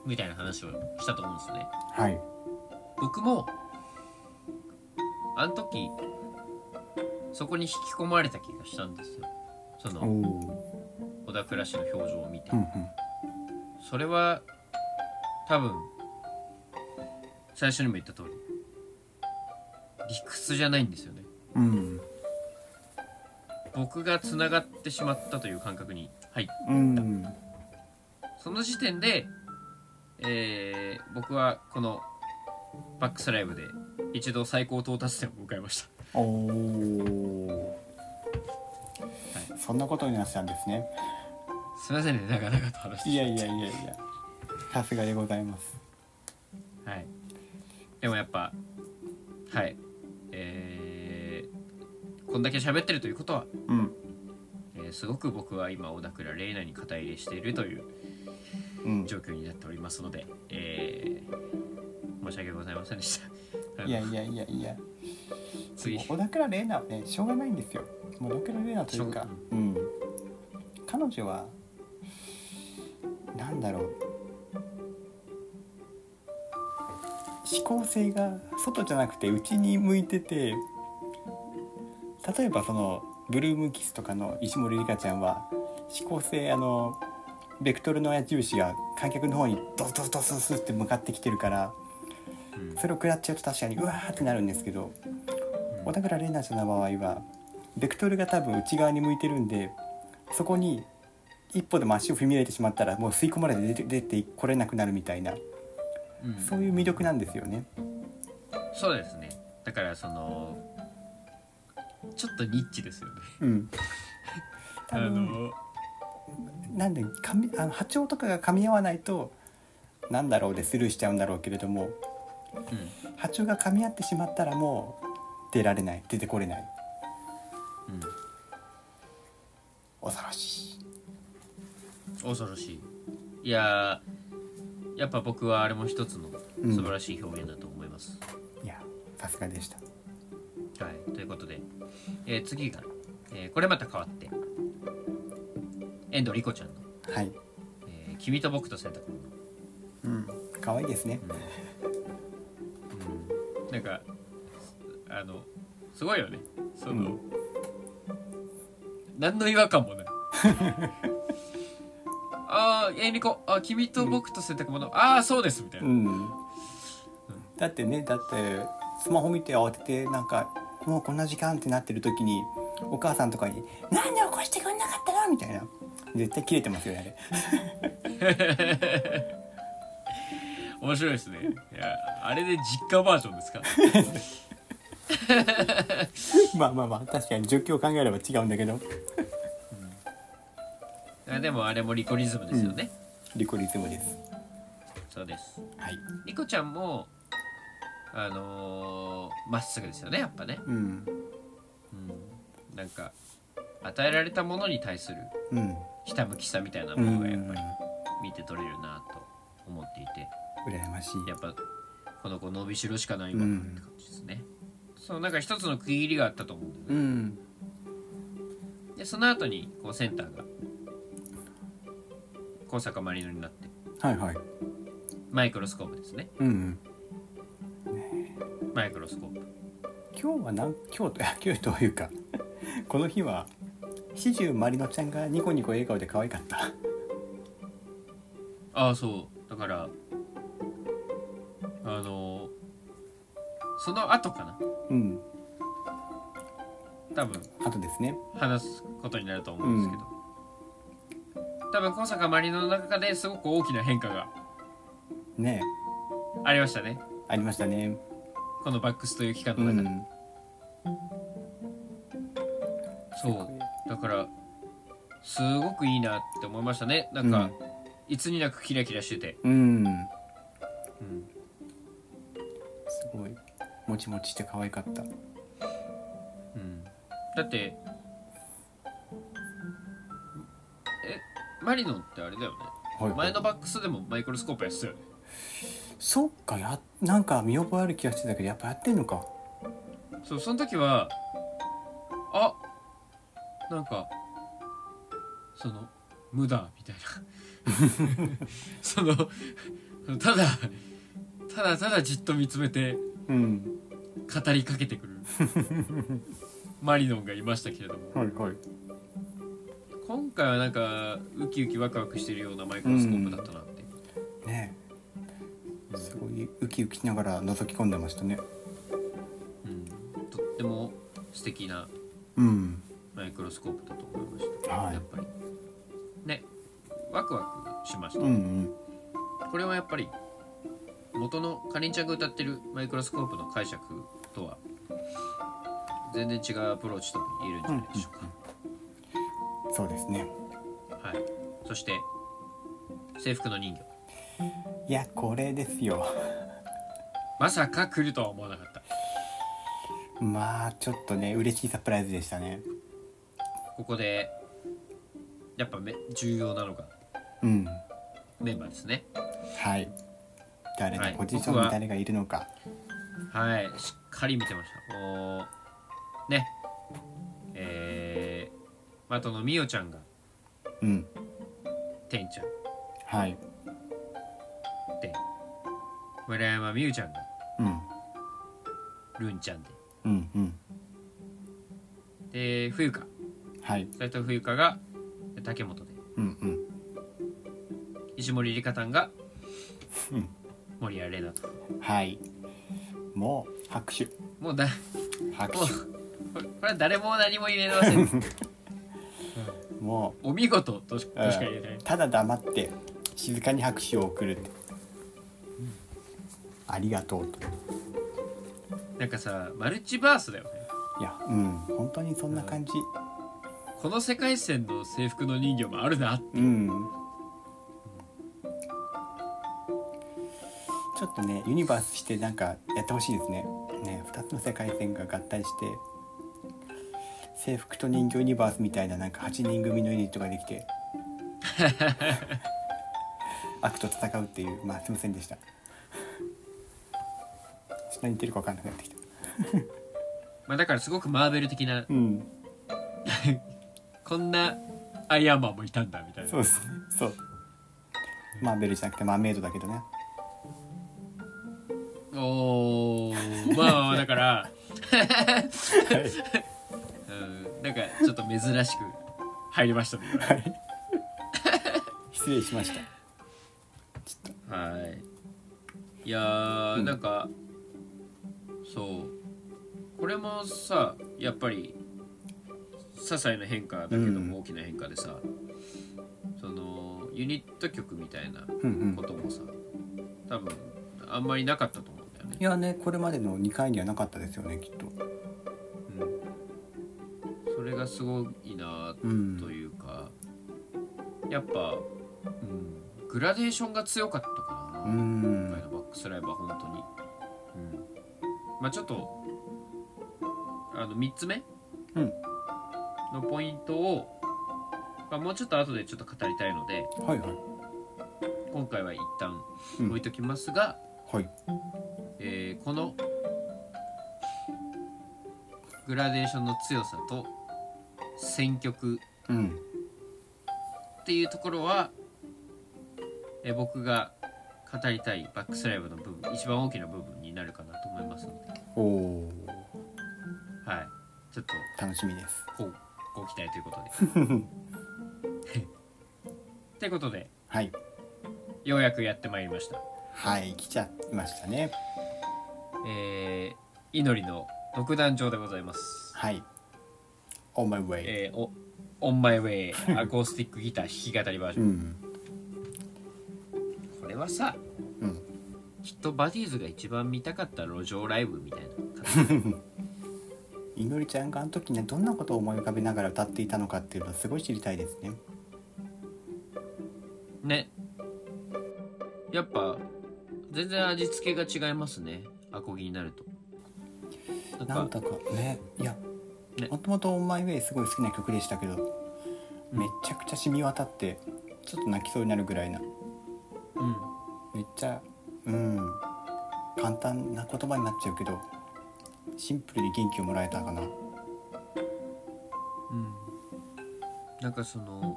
Speaker 1: みたいな話をしたと思うんですよね
Speaker 2: はい
Speaker 1: 僕もあの時そこに引き込まれた気がしたんですよそ
Speaker 2: お
Speaker 1: の
Speaker 2: お
Speaker 1: 小田倉氏の表情を見て、
Speaker 2: うんうん
Speaker 1: それは多分最初にも言った通り理屈じゃないんですよね
Speaker 2: うん
Speaker 1: 僕がつながってしまったという感覚にはい
Speaker 2: うん
Speaker 1: その時点で、えー僕はこのバックスライブで一度最高到達点を迎えました
Speaker 2: おお
Speaker 1: は
Speaker 2: そんなことになってたんですね
Speaker 1: すいませんね長々と話して
Speaker 2: いやいやいやいやさすがでございます
Speaker 1: はい、でもやっぱはいえーこんだけ喋ってるということは、
Speaker 2: うん
Speaker 1: えーすごく僕は今小田倉玲奈に肩入れしているという
Speaker 2: うん
Speaker 1: 状況になっておりますので、えー申し訳ございませんでした。
Speaker 2: いやいやいやいや
Speaker 1: 次
Speaker 2: 小田倉玲奈はねしょうがないんですよもう小田倉玲奈というか
Speaker 1: しょ
Speaker 2: うん彼女はなんだろう思考性が外じゃなくて内に向いてて例えばそのブルームキスとかの石森里香ちゃんは思考性あのベクトルの矢印が観客の方にドスドスドスドスって向かってきてるから
Speaker 1: うん
Speaker 2: それを食らっちゃうと確かにうわーってなるんですけど
Speaker 1: うん
Speaker 2: 小田倉玲奈ちゃんの場合はベクトルが多分内側に向いてるんでそこに一歩でも足を踏み入れてしまったらもう吸い込まれて出て出てこれなくなるみたいな
Speaker 1: うん
Speaker 2: そういう魅力なんですよね。
Speaker 1: そうですねだからそのちょっとニッチですよね。
Speaker 2: うん、多
Speaker 1: あ
Speaker 2: 分
Speaker 1: の
Speaker 2: なんでかみあの波長とかが噛み合わないとなんだろうでスルーしちゃうんだろうけれども波長が噛み合ってしまったらもう出られない出てこれない
Speaker 1: うん
Speaker 2: 恐ろしい
Speaker 1: 恐ろしいいやーやっぱ僕はあれも一つの
Speaker 2: うん
Speaker 1: 素晴らしい表現だと思います、
Speaker 2: いやさすがでした
Speaker 1: はいということで、えー次が、えーこれまた変わって遠藤莉子ちゃんの、
Speaker 2: はい、
Speaker 1: えー君と僕と洗濯物」
Speaker 2: うん、可愛いですね
Speaker 1: うんなんかあのすごいよねその、
Speaker 2: うん
Speaker 1: 何の違和感もない ああえりこあ君と僕と洗濯物、ああそうですみたいうな、
Speaker 2: んだってねだってスマホ見て慌ててなんかもうこんな時間ってなってる時にお母さんとかに「なんで起こしてくんなかったの?」みたいな絶対切れてますよねあ れ
Speaker 1: 面白いですねいやあれで実家バージョンですか
Speaker 2: まあまあまあ確かに状況を考えれば違うんだけど
Speaker 1: あでもあれもリコリズムですよね、
Speaker 2: リコリズムです
Speaker 1: そうです
Speaker 2: はい
Speaker 1: リコちゃんもあのーまっすぐですよねやっぱね、
Speaker 2: うん
Speaker 1: うん、なんか与えられたものに対する
Speaker 2: うん
Speaker 1: ひたむきさみたいな
Speaker 2: う
Speaker 1: もの
Speaker 2: ん
Speaker 1: がやっぱり見て取れるなと思っていて
Speaker 2: 羨ましい
Speaker 1: やっぱこの子伸びしろしかないわ
Speaker 2: う
Speaker 1: っ
Speaker 2: ん
Speaker 1: て感じですね、そうなんか一つの区切りがあったと思うんだよね
Speaker 2: うん
Speaker 1: でその後にこうセンターが小坂マリノになって
Speaker 2: はいはい
Speaker 1: マイクロスコープですね
Speaker 2: うんうん
Speaker 1: マイクロスコープ
Speaker 2: 今日はなん今日と 今日というかこの日は四十まりのちゃんがニコニコ笑顔で可愛かった
Speaker 1: ああそうだからあのーその後かな
Speaker 2: うん
Speaker 1: 多分
Speaker 2: あとですね
Speaker 1: 話すことになると思うんですけど、多分小坂マリノの中ですごく大きな変化が
Speaker 2: ね
Speaker 1: ありましたね
Speaker 2: ありましたね
Speaker 1: このバックスという期間
Speaker 2: う
Speaker 1: の中で、
Speaker 2: ん
Speaker 1: そうだからすごくいいなって思いましたねなんか、いつになくキラキラしてて、
Speaker 2: うん
Speaker 1: うん
Speaker 2: すごいもちもちして可愛かった
Speaker 1: うんだってえマリノンってあれだよね
Speaker 2: はい
Speaker 1: 前のバックスでもマイクロスコープやってたよね
Speaker 2: そっかやなんか見覚えある気がしてたけどやっぱやってんのか
Speaker 1: そうその時はあなんかその無駄みたいな そのただただただじっと見つめて
Speaker 2: うん
Speaker 1: 語りかけてく るマリノンがいましたけれども
Speaker 2: はいはい
Speaker 1: 今回はなんかウキウキワクワクしてるようなマイクロスコープだったなって、
Speaker 2: ねえすごいウキウキしながら覗き込んでましたね
Speaker 1: うんとっても素敵な
Speaker 2: うん
Speaker 1: マイクロスコープだと思いました、
Speaker 2: はい
Speaker 1: やっぱりねワクワクしました、
Speaker 2: うんうん
Speaker 1: これはやっぱり元のかりんちゃんが歌ってるマイクロスコープの解釈とは全然違うアプローチとも言えるんじゃないでしょうか、
Speaker 2: そうですね
Speaker 1: はい、そして制服の人魚
Speaker 2: いやこれですよ
Speaker 1: まさか来るとは思わなかった
Speaker 2: まあちょっとね嬉しいサプライズでしたね
Speaker 1: ここでやっぱめ重要なのが
Speaker 2: うん
Speaker 1: メンバーですね
Speaker 2: はい誰
Speaker 1: は
Speaker 2: が
Speaker 1: い
Speaker 2: ポジショ
Speaker 1: 僕
Speaker 2: ン
Speaker 1: は
Speaker 2: に誰がいるのか、
Speaker 1: はいしっかり見てましたもうねえー、あとのみおちゃんが
Speaker 2: うん
Speaker 1: てんちゃん
Speaker 2: はい
Speaker 1: で村山みゆちゃんが
Speaker 2: うん
Speaker 1: るんちゃんで
Speaker 2: うんうん
Speaker 1: で冬香
Speaker 2: はい
Speaker 1: 斉藤冬香が竹本で
Speaker 2: うんうん
Speaker 1: 石森里香さんが
Speaker 2: うん
Speaker 1: 森谷玲奈と
Speaker 2: はいもう拍手
Speaker 1: もうだ
Speaker 2: 拍
Speaker 1: もう
Speaker 2: 手
Speaker 1: これこれは誰も何も言えませ ん
Speaker 2: も
Speaker 1: お見事としとしか言えないう
Speaker 2: ただ黙って静かに拍手を送るって、ありがとうと
Speaker 1: なんかさマルチバースだよね
Speaker 2: いやうん本当にそんな感じ
Speaker 1: この世界線の制服の人形もあるな
Speaker 2: うん、いちょっとねユニバースしてなんかやってほしいですねね2つの世界線が合体して制服と人形ユニバースみたいななんか8人組のユニットができ て悪と戦うっていうまあすいませんでしたそんなに言ってるか分かんなくなってきた
Speaker 1: まあだからすごくマーベル的な
Speaker 2: うん
Speaker 1: こんなアイアンマンもいたんだみたいな
Speaker 2: そうですねそうマーベルじゃなくてマーメイドだけどね
Speaker 1: おーまあだから
Speaker 2: はい
Speaker 1: うんなんかちょっと珍しく入りましたね今
Speaker 2: はい失礼しました
Speaker 1: はいいやー、
Speaker 2: うん
Speaker 1: なんかそうこれもさやっぱり些細な変化だけども大きな変化でさ、そのユニット曲みたいな
Speaker 2: うんうん
Speaker 1: こともさ多分あんまりなかったと思うんだよね
Speaker 2: い、やねこれまでの2回にはなかったですよねきっと
Speaker 1: うん、それがすごいな
Speaker 2: うん
Speaker 1: というか、やっぱ、うん、グラデーションが強かったかな、今回
Speaker 2: ん
Speaker 1: のバックスライブは本当に、うん、まあちょっとあの3つ目、
Speaker 2: うん
Speaker 1: のポイントを、まあ、もうちょっと後でちょっと語りたいので
Speaker 2: はいはい
Speaker 1: 今回は一旦
Speaker 2: うん
Speaker 1: 置いときますが、
Speaker 2: はい
Speaker 1: えーこのグラデーションの強さと選曲
Speaker 2: うん
Speaker 1: っていうところは、えー僕が語りたいバックスライブの部分一番大きな部分になるかなと思いますので。
Speaker 2: おお
Speaker 1: はい、ちょっと
Speaker 2: 楽しみです
Speaker 1: こうご期待ということ で。ということで
Speaker 2: はい
Speaker 1: ようやくやってまいりました。
Speaker 2: はい来ちゃいましたね
Speaker 1: えー、祈りの独壇場でございます。
Speaker 2: はい On my way、
Speaker 1: えー、おオンマイウェ イアコースティックギター弾き語りバージョ
Speaker 2: う
Speaker 1: ン。
Speaker 2: ん
Speaker 1: これはさ、
Speaker 2: うん
Speaker 1: きっとバディーズが一番見たかった路上ライブみたいな感 じ。
Speaker 2: いのりちゃんがあの時ねどんなことを思い浮かべながら歌っていたのかっていうのはすごい知りたいですね
Speaker 1: ね。やっぱ全然味付けが違いますね。アコギになると。なんか
Speaker 2: なんだかねいや
Speaker 1: ね
Speaker 2: もともと「オンマイウェイ」すごい好きな曲でしたけど、
Speaker 1: うん
Speaker 2: めちゃくちゃ染み渡ってちょっと泣きそうになるぐらいな
Speaker 1: うん。
Speaker 2: めっちゃうん簡単な言葉になっちゃうけどシンプルに元気をもらえたかな
Speaker 1: うん、なんかその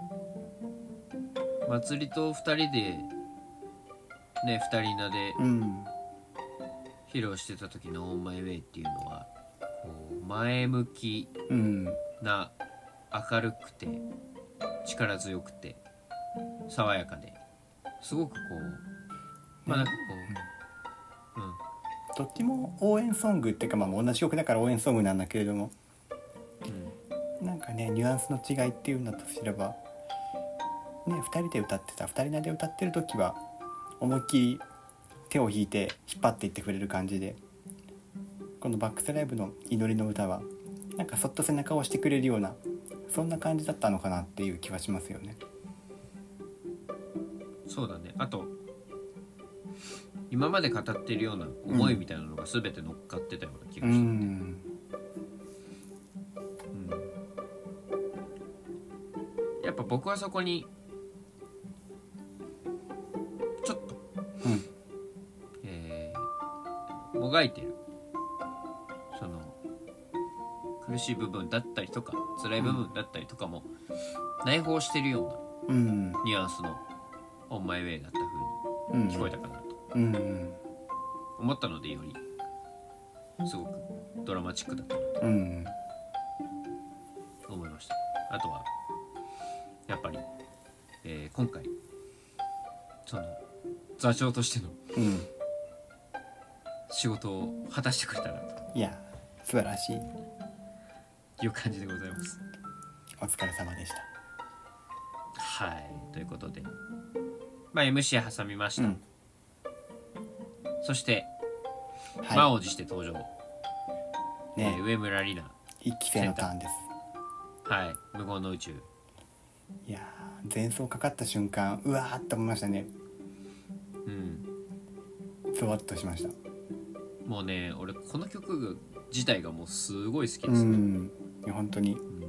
Speaker 1: 祭りと2人でね2人名で
Speaker 2: うん
Speaker 1: 披露してた時の「オンマイウェイ」っていうのはこう前向き
Speaker 2: うん
Speaker 1: な明るくて力強くて爽やかですごくこうまあなんかこう、うん、
Speaker 2: どっちも応援ソングっていうかまあ同じ曲だから応援ソングなんだけれども
Speaker 1: うん
Speaker 2: なんかねニュアンスの違いっていうんだとすればね2人で歌ってた2人なりで歌ってる時は思いっきり手を引いて引っ張っていってくれる感じでこのバックスライブの「祈りの歌は」なんかそっと背中を押してくれるようなそんな感じだったのかなっていう気はしますよね。
Speaker 1: そうだねあと今まで語ってるような思いみたいなのが全て乗っかってたような気
Speaker 2: う
Speaker 1: がして、
Speaker 2: ん
Speaker 1: うんやっぱ僕はそこにちょっと、
Speaker 2: うん
Speaker 1: えーもがいてるその苦しい部分だったりとか辛い部分だったりとかも内包してるよ
Speaker 2: う
Speaker 1: う
Speaker 2: ん
Speaker 1: なニュアンスの「オンマイウェイ」だった風
Speaker 2: うん
Speaker 1: に聞こえたかなと
Speaker 2: うんうん
Speaker 1: 思ったのでよりすごくドラマチックだったな
Speaker 2: うん
Speaker 1: 思いましたあとはやっぱり、えー今回その座長としての
Speaker 2: うん
Speaker 1: 仕事を果たしてくれたなと
Speaker 2: いや素晴らしい
Speaker 1: いう感じでございます
Speaker 2: お疲れ様でし。
Speaker 1: はいということでまあ MC 挟みましたた、
Speaker 2: うん
Speaker 1: そして、満
Speaker 2: は
Speaker 1: を持して登場、
Speaker 2: い、
Speaker 1: えー
Speaker 2: ね
Speaker 1: 上村里奈
Speaker 2: 一期生のターンです。
Speaker 1: はい無言の宇宙
Speaker 2: いやー前奏かかった瞬間うわーって思いましたね
Speaker 1: うん
Speaker 2: ゾワッとしました
Speaker 1: もうね俺この曲自体がもうすごい好き
Speaker 2: う
Speaker 1: ですね、
Speaker 2: んいや本当に
Speaker 1: う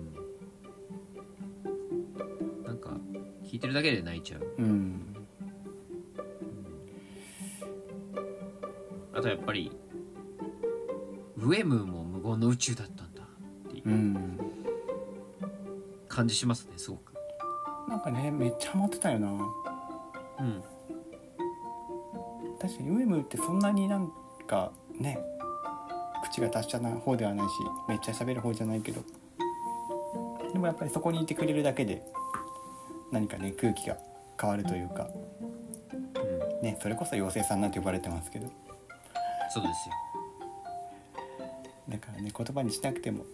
Speaker 1: んなんか聴いてるだけで泣いちゃう
Speaker 2: うん
Speaker 1: あとやっぱりウェムも無言の宇宙だったんだっていう
Speaker 2: うん
Speaker 1: 感じしますねすごく
Speaker 2: なんかねめっちゃハマってたよな
Speaker 1: うん
Speaker 2: 確かにウェムってそんなになんかね口が達者な方ではないしめっちゃ喋る方じゃないけどでもやっぱりそこにいてくれるだけで何かね空気が変わるというか、
Speaker 1: うん
Speaker 2: ね、それこそ妖精さんなんて呼ばれてますけど
Speaker 1: そうですよ
Speaker 2: だからね言葉にしなくても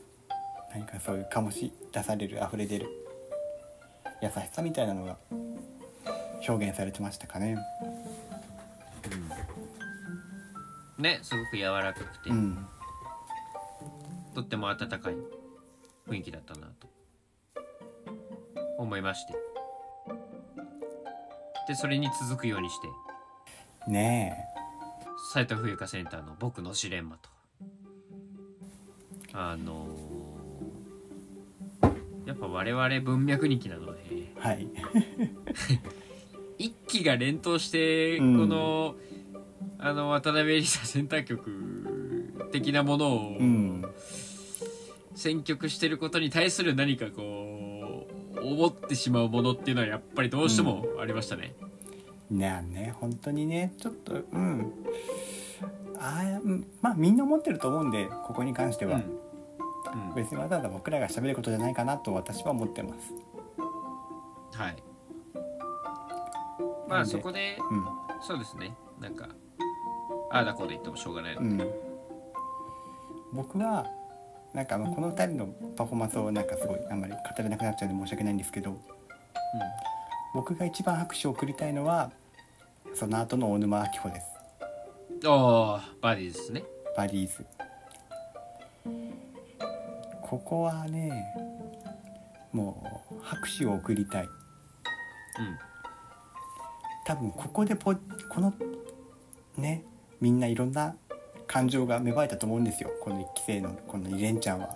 Speaker 2: 何かそういう醸し出される溢れ出る優しさみたいなのが表現されてましたかね。
Speaker 1: ねすごく柔らかくて、
Speaker 2: うん
Speaker 1: とっても温かい雰囲気だったなと思いましてでそれに続くようにして
Speaker 2: ね
Speaker 1: 斉藤冬香センターの「僕のジレンマ」とあのーやっぱ我々文脈人気なので
Speaker 2: えはい
Speaker 1: 一期が連投してこ
Speaker 2: うん
Speaker 1: の,、あの渡辺エリサセンター曲的なものを
Speaker 2: うん
Speaker 1: 選曲してることに対する何かこう思ってしまうものっていうのはやっぱりどうしてもありましたね、
Speaker 2: ねえね本当にねちょっとうんあーうんまあみんな思ってると思うんでここに関して
Speaker 1: うん
Speaker 2: は、
Speaker 1: うん
Speaker 2: 別にわざわざ僕らが喋ることじゃないかなと私は思ってます。
Speaker 1: はいま
Speaker 2: なん
Speaker 1: あ
Speaker 2: で
Speaker 1: そこでそうですねなんかああだこうで言ってもしょうがないの
Speaker 2: う
Speaker 1: で
Speaker 2: ん、うん、僕はなんかまあこの2人のパフォーマンスをなんかすごいあんまり語れなくなっちゃうんで申し訳ないんですけど僕が一番拍手を送りたいのはその後の大沼明穂です。
Speaker 1: うんおーバディですね
Speaker 2: バリーズここはねもう拍手を送りたい多分ここでポこのねみんないろんな感情が芽生えたと思うんですよこの1期生のこの2連ちゃんは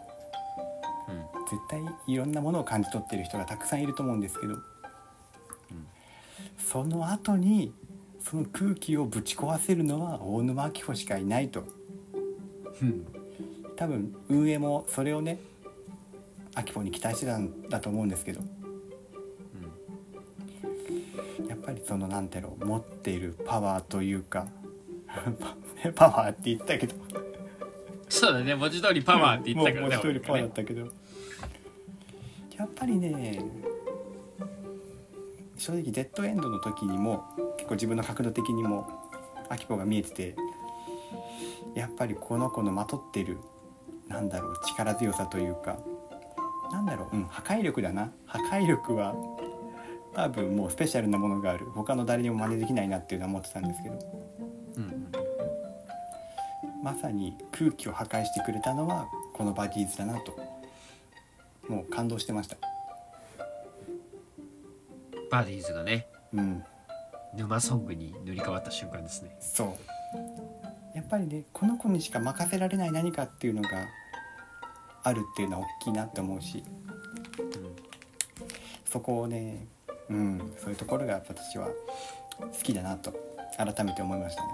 Speaker 1: うんうん
Speaker 2: 絶対いろんなものを感じ取ってる人がたくさんいると思うんですけど、その後にその空気をぶち壊せるのは大沼明穂しかいないと
Speaker 1: うん
Speaker 2: 多分運営もそれをねアキポに期待してたんだと思うんですけどやっぱりそのなんていうの持っているパワーというか パ パワーって言ったけど
Speaker 1: そうだね文字通りパワーって言ったからね
Speaker 2: もうもう一人パワー
Speaker 1: 俺ら
Speaker 2: だっ
Speaker 1: ね
Speaker 2: たけど、やっぱりね正直デッドエンドの時にも結構自分の角度的にもアキポが見えててやっぱりこの子のまとってるなんだろう力強さというかなんだろう、うん、破壊力だな破壊力は多分もうスペシャルなものがある他の誰にも真似できないなっていうのは思ってたんですけど
Speaker 1: うん
Speaker 2: まさに空気を破壊してくれたのはこのバディーズだなともう感動してました
Speaker 1: バディーズがね
Speaker 2: うん
Speaker 1: 沼ソングに塗り替わった瞬間ですね
Speaker 2: そうやっぱりねこの子にしか任せられない何かっていうのがあるっていうのは大きいなって思うしそこをねうんそういうところが私は好きだなと改めて思いましたね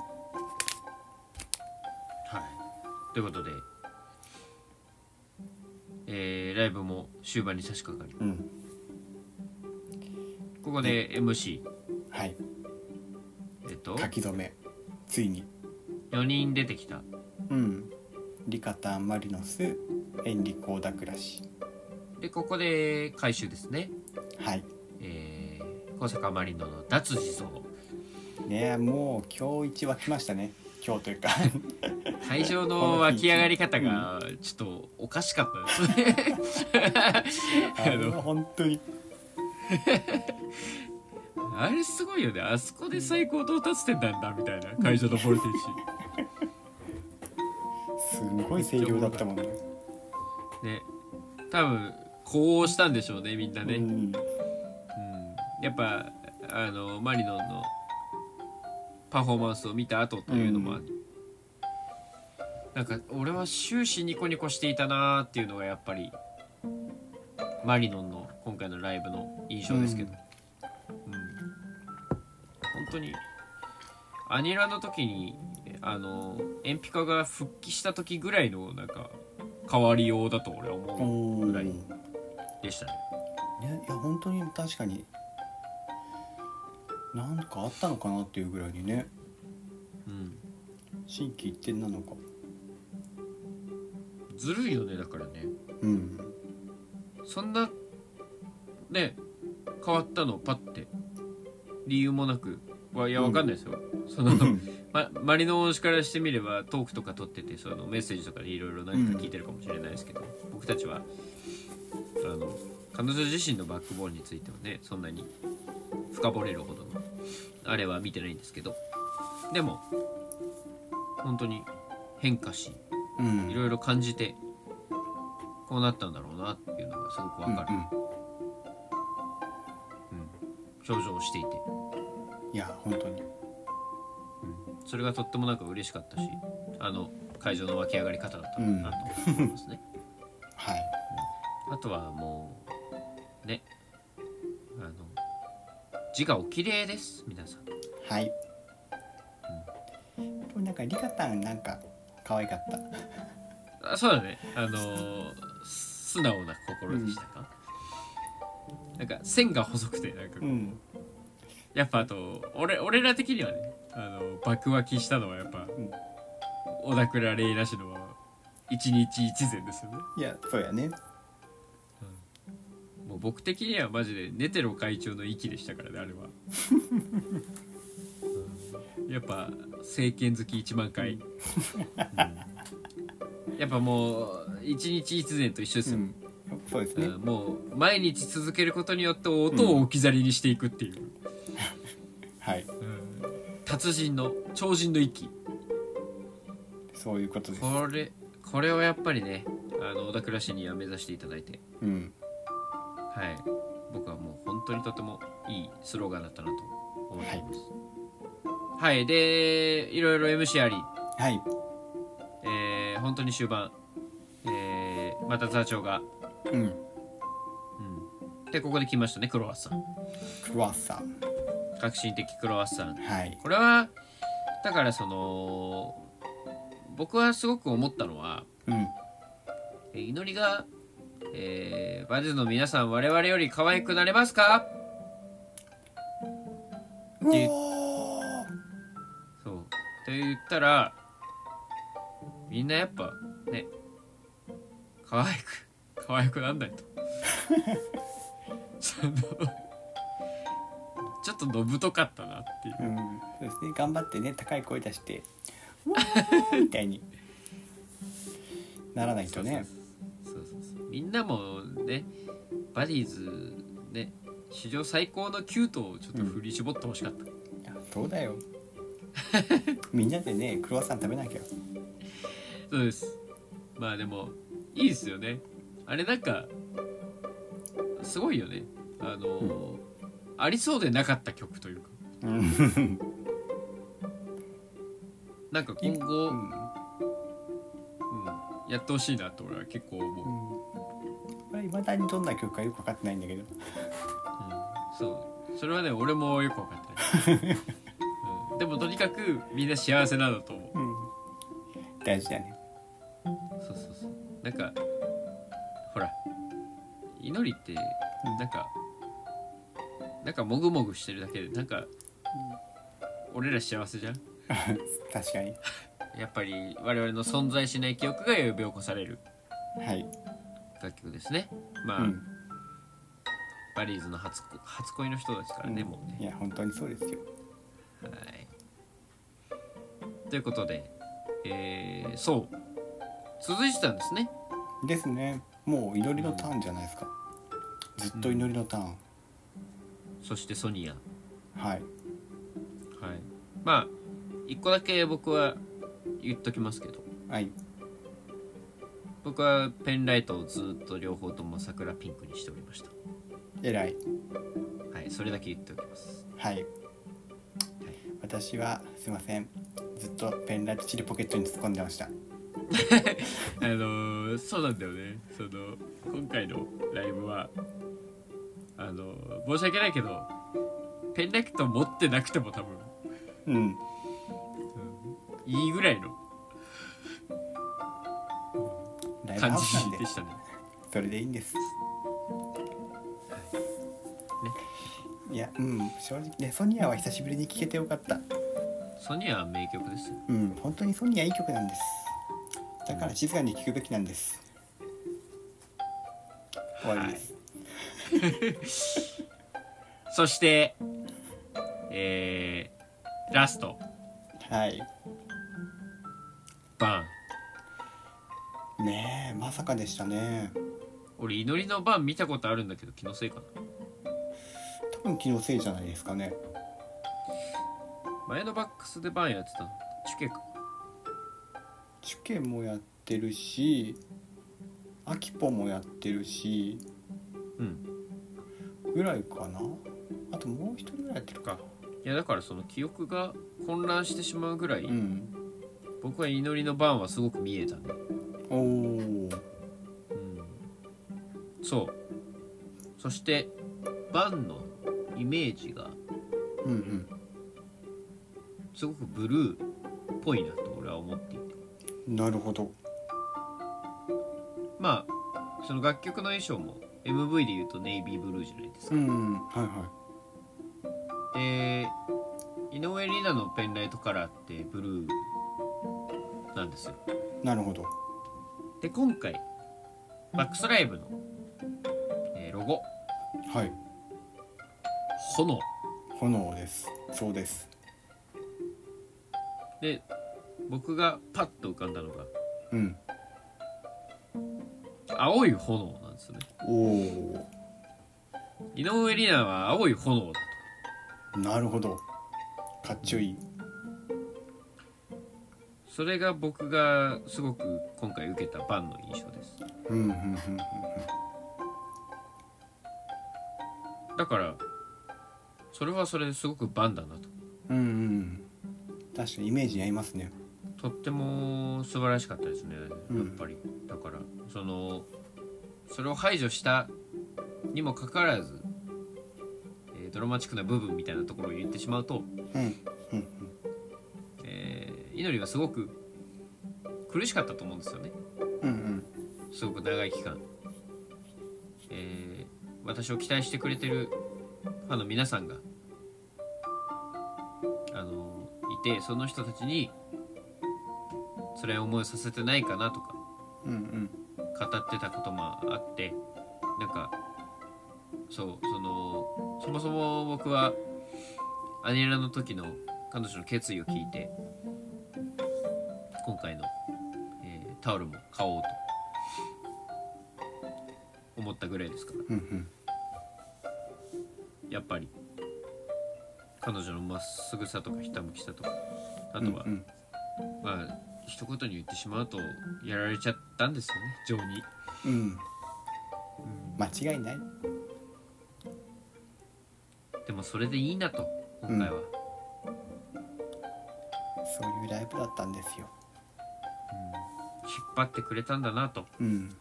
Speaker 1: はい。ということで、えーライブも終盤に差し掛かり、
Speaker 2: うん
Speaker 1: ここで MC、
Speaker 2: はい
Speaker 1: えっと
Speaker 2: 書、き初めついに
Speaker 1: 4人出てきた。
Speaker 2: うんリカタンマリノスエンリコーダクラシ
Speaker 1: で、ここで回収ですね。
Speaker 2: はい
Speaker 1: えー、小坂マリノの脱自走。
Speaker 2: ねえもう今日一沸きましたね今日とい うか
Speaker 1: 会場 の湧き上がり方が、ちょっとおかしかったですね。
Speaker 2: あの本当に
Speaker 1: あれすごいよね。あそこで最高到達点なんだ、みたいな。会場のボルテージ。
Speaker 2: すごい声量だったもんね
Speaker 1: ね。多分、呼応したんでしょうね、みんなね。
Speaker 2: うん
Speaker 1: うんやっぱあのマリノンのパフォーマンスを見た後というのもある、なんか俺は終始ニコニコしていたなーっていうのがやっぱりマリノンの今回のライブの印象ですけど、うん本当にアニラの時にあの鉛筆家が復帰した時ぐらいのなんか変わりようだと俺は思
Speaker 2: お
Speaker 1: うぐ
Speaker 2: ー
Speaker 1: らい
Speaker 2: ね
Speaker 1: でしたね。
Speaker 2: いや本当に確かになんかあったのかなっていうぐらいにね
Speaker 1: うん
Speaker 2: 心機一転なのか
Speaker 1: ずるいよねだからね
Speaker 2: うん
Speaker 1: そんなね変わったのパッて理由もなくはいやわかんないですよ、そのま、マリノ推しからしてみればトークとか撮っててそのメッセージとかでいろいろ何か聞いてるかもしれないですけど、僕たちはあの彼女自身のバックボーンについてはねそんなに深掘れるほどのあれは見てないんですけどでも本当に変化し
Speaker 2: うん
Speaker 1: いろいろ感じてこうなったんだろうなっていうのがすごくわかる、表情をしていて
Speaker 2: うんいや本当に
Speaker 1: それがとってもなんか嬉しかったしあの会場の湧き上がり方だったなと思いますね、
Speaker 2: はい
Speaker 1: あとはもうねあの字がお綺麗です皆さん
Speaker 2: はい、でもなんかリカタンなんか可愛かった
Speaker 1: あそうだねあのー素直な心でしたか、なんか線が細くてなんかこう
Speaker 2: うん
Speaker 1: やっぱあと俺俺ら的にはねあの爆湧きしたのはやっぱ、
Speaker 2: ん
Speaker 1: 小田倉レイラ氏の一日一善ですよね
Speaker 2: いやそうやね
Speaker 1: もう僕的にはマジでネテロ会長の息でしたからねあれ は、うんやっぱ政権好き1万回、うんやっぱもう一日一善と一緒ですよ、
Speaker 2: うんそうです
Speaker 1: う
Speaker 2: ね
Speaker 1: んもう毎日続けることによって音を置き去りにしていくっていう、
Speaker 2: はい
Speaker 1: うん達人の超人の息
Speaker 2: そういうことです
Speaker 1: これこれをやっぱりねあの小田倉氏には目指していただいて
Speaker 2: うん
Speaker 1: はい僕はもう本当にとてもいいスローガンだったなと思っていますはい、でいろいろ MC あり、
Speaker 2: はい
Speaker 1: えー、本当に終盤、えー、また座長が、
Speaker 2: うん
Speaker 1: うん、でここで来ましたねクロワッサン
Speaker 2: クワッサン
Speaker 1: 革新的クロワッサン
Speaker 2: はい
Speaker 1: これはだからその僕はすごく思ったのは
Speaker 2: うん
Speaker 1: えー祈りが、えーバズの皆さん我々より可愛くなれますかで
Speaker 2: お
Speaker 1: そうって言ったらみんなやっぱね可愛く可愛くなんないと そのちょっとのぶとかったなっていう
Speaker 2: ーうんそうですね頑張ってね高い声出 して「うわー」みたいにならないとね
Speaker 1: そうそうそうみんなもねバディーズね史上最高のキュートをちょっと振り絞ってほしかった、
Speaker 2: そうだよ みんなでねクロワッサン食べなきゃ
Speaker 1: そうですまあでもいいですよねあれなんかすごいよねあのーありそうでなかった曲というか
Speaker 2: うん
Speaker 1: なんか今後、
Speaker 2: う
Speaker 1: うん
Speaker 2: ん
Speaker 1: やってほしいなと俺は結構思う、うん
Speaker 2: これ未だにどんな曲かよく分かってないんだけど
Speaker 1: そうそれはね俺もよく分かって ない、うん、でもとにかくみんな幸せなんだと思う
Speaker 2: 大事だね
Speaker 1: そうそうそうなんかほら祈りってなんか、なんかもぐもぐしてるだけでなんか、俺ら幸せじゃん
Speaker 2: 確かに
Speaker 1: やっぱり我々の存在しない記憶が呼び起こされる
Speaker 2: はい、
Speaker 1: 楽曲ですねまあ、
Speaker 2: うん、
Speaker 1: バリーズの初恋初恋の人ですからね、もうね
Speaker 2: いや本当にそうですよ
Speaker 1: はいということでえー、そう続いてたんですね
Speaker 2: ですねもう祈りのターンじゃないですかずっと祈りのターン、
Speaker 1: そしてソニア
Speaker 2: は
Speaker 1: は
Speaker 2: い
Speaker 1: い、まあ一個だけ僕は言っときますけど
Speaker 2: はい
Speaker 1: 僕はペンライトをずっと両方とも桜ピンクにしておりました
Speaker 2: 偉い
Speaker 1: はいそれだけ言っておきます
Speaker 2: はい、私はすいませんずっとペンライトチリポケットに突っ込んでました
Speaker 1: あのーそうなんだよねその今回のライブはあのー申し訳ないけどペンライト持ってなくても多分
Speaker 2: うん
Speaker 1: いいぐらいの
Speaker 2: ライブ
Speaker 1: 感
Speaker 2: ハウスなん
Speaker 1: じ
Speaker 2: で
Speaker 1: でしたね
Speaker 2: それでいいんです、いやうん正直ねソニアは久しぶりに聴けてよかった
Speaker 1: ソニアは名曲ですよ
Speaker 2: うん本当にソニアいい曲なんですだから静かに聴くべきなんです終わりです、
Speaker 1: そしてえー、ラスト
Speaker 2: はい
Speaker 1: バーン
Speaker 2: ねえまさかでしたね
Speaker 1: 俺祈りのバーン見たことあるんだけど気のせいかな
Speaker 2: 多分気のせいじゃないですかね
Speaker 1: 前のバックスでバーンやってたのチュケか
Speaker 2: チュケもやってるしアキポもやってるし
Speaker 1: うん
Speaker 2: ぐらいかなあともう一人ぐらいやってるか
Speaker 1: いやだからその記憶が混乱してしまうぐらい、
Speaker 2: うん
Speaker 1: 僕は祈りのバーンはすごく見えたね
Speaker 2: おお
Speaker 1: うんそうそしてバンのイメージが
Speaker 2: うんうん
Speaker 1: すごくブルーっぽいなと俺は思っていて
Speaker 2: なるほど
Speaker 1: まあその楽曲の衣装も MV で言うとネイビーブルーじゃないですか、
Speaker 2: んはいは
Speaker 1: で井上里奈のペンライトカラーってブルーなんですよ
Speaker 2: いなるほど
Speaker 1: で今回バックスライブの、えーロゴ
Speaker 2: はい
Speaker 1: 炎
Speaker 2: 炎ですそうです
Speaker 1: で僕がパッと浮かんだのが
Speaker 2: うん
Speaker 1: 青い炎なんですよね
Speaker 2: おお
Speaker 1: 井上里奈は青い炎だと
Speaker 2: なるほどかっちょいい
Speaker 1: それが僕がすごく今回受けたバンの印象です
Speaker 2: うんうんうんうんうん
Speaker 1: だからそれはそれですごくバンだな
Speaker 2: うんうん確かにイメージに合いますね
Speaker 1: ととっても素晴らしかったですねや
Speaker 2: うん
Speaker 1: っぱり、だからそのそれを排除したにもかかわらず、えードラマチックな部分みたいなところを言ってしまうと、
Speaker 2: うんうん
Speaker 1: えー、祈りはすごく苦しかったと思うんですよね
Speaker 2: うんうん
Speaker 1: すごく長い期間、えー私を期待してくれてるファンの皆さんがあのいてその人たちに辛い思いをさせてないかなとか
Speaker 2: うんうん
Speaker 1: 語ってたこともあってなんかそうそのそもそも僕はアニラの時の彼女の決意を聞いて今回の、えータオルも買おうと思ったぐらいですから
Speaker 2: うんうん
Speaker 1: やっぱり彼女のまっすぐさとかひたむきさとかあとは、
Speaker 2: うん
Speaker 1: まあ一言に言ってしまうとやられちゃったんですよね情に。
Speaker 2: うん、うん、間違いない
Speaker 1: でもそれでいいなと今回は、
Speaker 2: そういうライブだったんですよ
Speaker 1: 引っ張ってくれたんだなと
Speaker 2: うん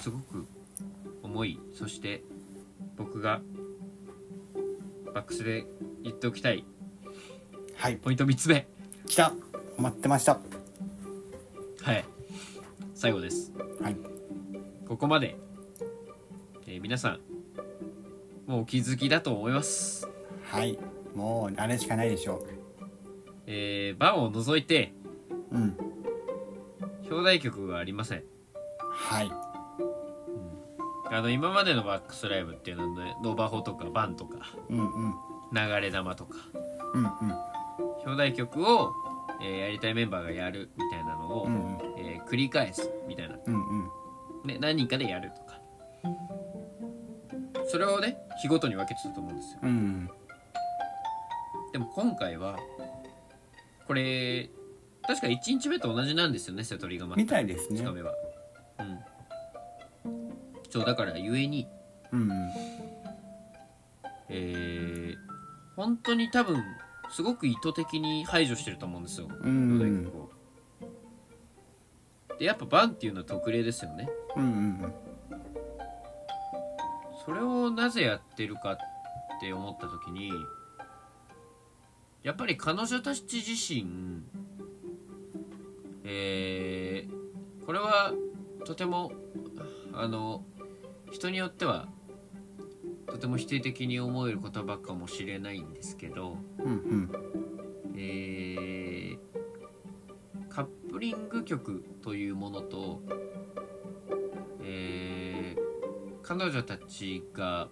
Speaker 1: すごく思いそして僕がバックスで言っておきたい
Speaker 2: はい
Speaker 1: ポイント3つ目
Speaker 2: 来た待ってました
Speaker 1: はい最後です
Speaker 2: はい
Speaker 1: ここまで、えー皆さんもうお気づきだと思います
Speaker 2: はいもうあれしかないでしょ
Speaker 1: えー、バンを除いて
Speaker 2: ううん
Speaker 1: 表題曲はありません
Speaker 2: はい
Speaker 1: あの今までのバックスライブっていうのはねノバホとかバンとか
Speaker 2: うんうん
Speaker 1: 流れ玉とか
Speaker 2: うん
Speaker 1: 表題曲を、えーやりたいメンバーがやるみたいなのを、
Speaker 2: うんうん
Speaker 1: えー繰り返すみたいな、
Speaker 2: うんうん
Speaker 1: ね、何人かでやるとかそれをね日ごとに分けてたと思うんですよ
Speaker 2: うん
Speaker 1: でも今回はこれ確か1日目と同じなんですよね瀬戸りがま
Speaker 2: みたいですね
Speaker 1: 2日目はうんそうだからゆえに
Speaker 2: うんうん
Speaker 1: えー本当に多分すごく意図的に排除してると思うんですよ
Speaker 2: う
Speaker 1: 表
Speaker 2: んう
Speaker 1: 題
Speaker 2: ん
Speaker 1: 曲を。でやっぱバンっていうのは特例ですよね。
Speaker 2: うんうん
Speaker 1: それをなぜやってるかって思った時にやっぱり彼女たち自身えーこれはとてもあの人によってはとても否定的に思えることばっかもしれないんですけど、
Speaker 2: うんうん
Speaker 1: えーカップリング曲というものと、えー彼女たちが、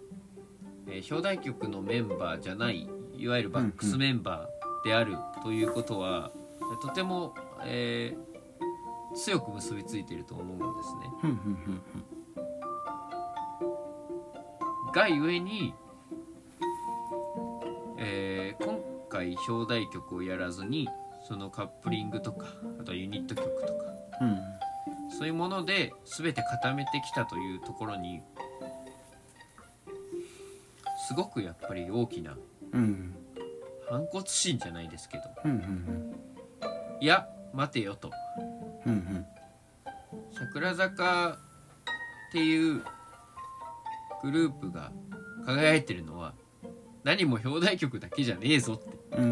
Speaker 1: えー表題曲のメンバーじゃないいわゆるバックスメンバーであるということは、とても、えー強く結びついていると思うんですね。
Speaker 2: うんうん
Speaker 1: がゆえに、えー今回表題曲をやらずにそのカップリングとかあとはユニット曲とか
Speaker 2: うん
Speaker 1: そういうもので全て固めてきたというところにすごくやっぱり大きな
Speaker 2: うんうん
Speaker 1: 反骨心じゃないですけど
Speaker 2: うんうん
Speaker 1: いや待てよと
Speaker 2: うんうん
Speaker 1: 桜坂っていうグループが輝いてるのは何も表題曲だけじゃねえぞって
Speaker 2: うんう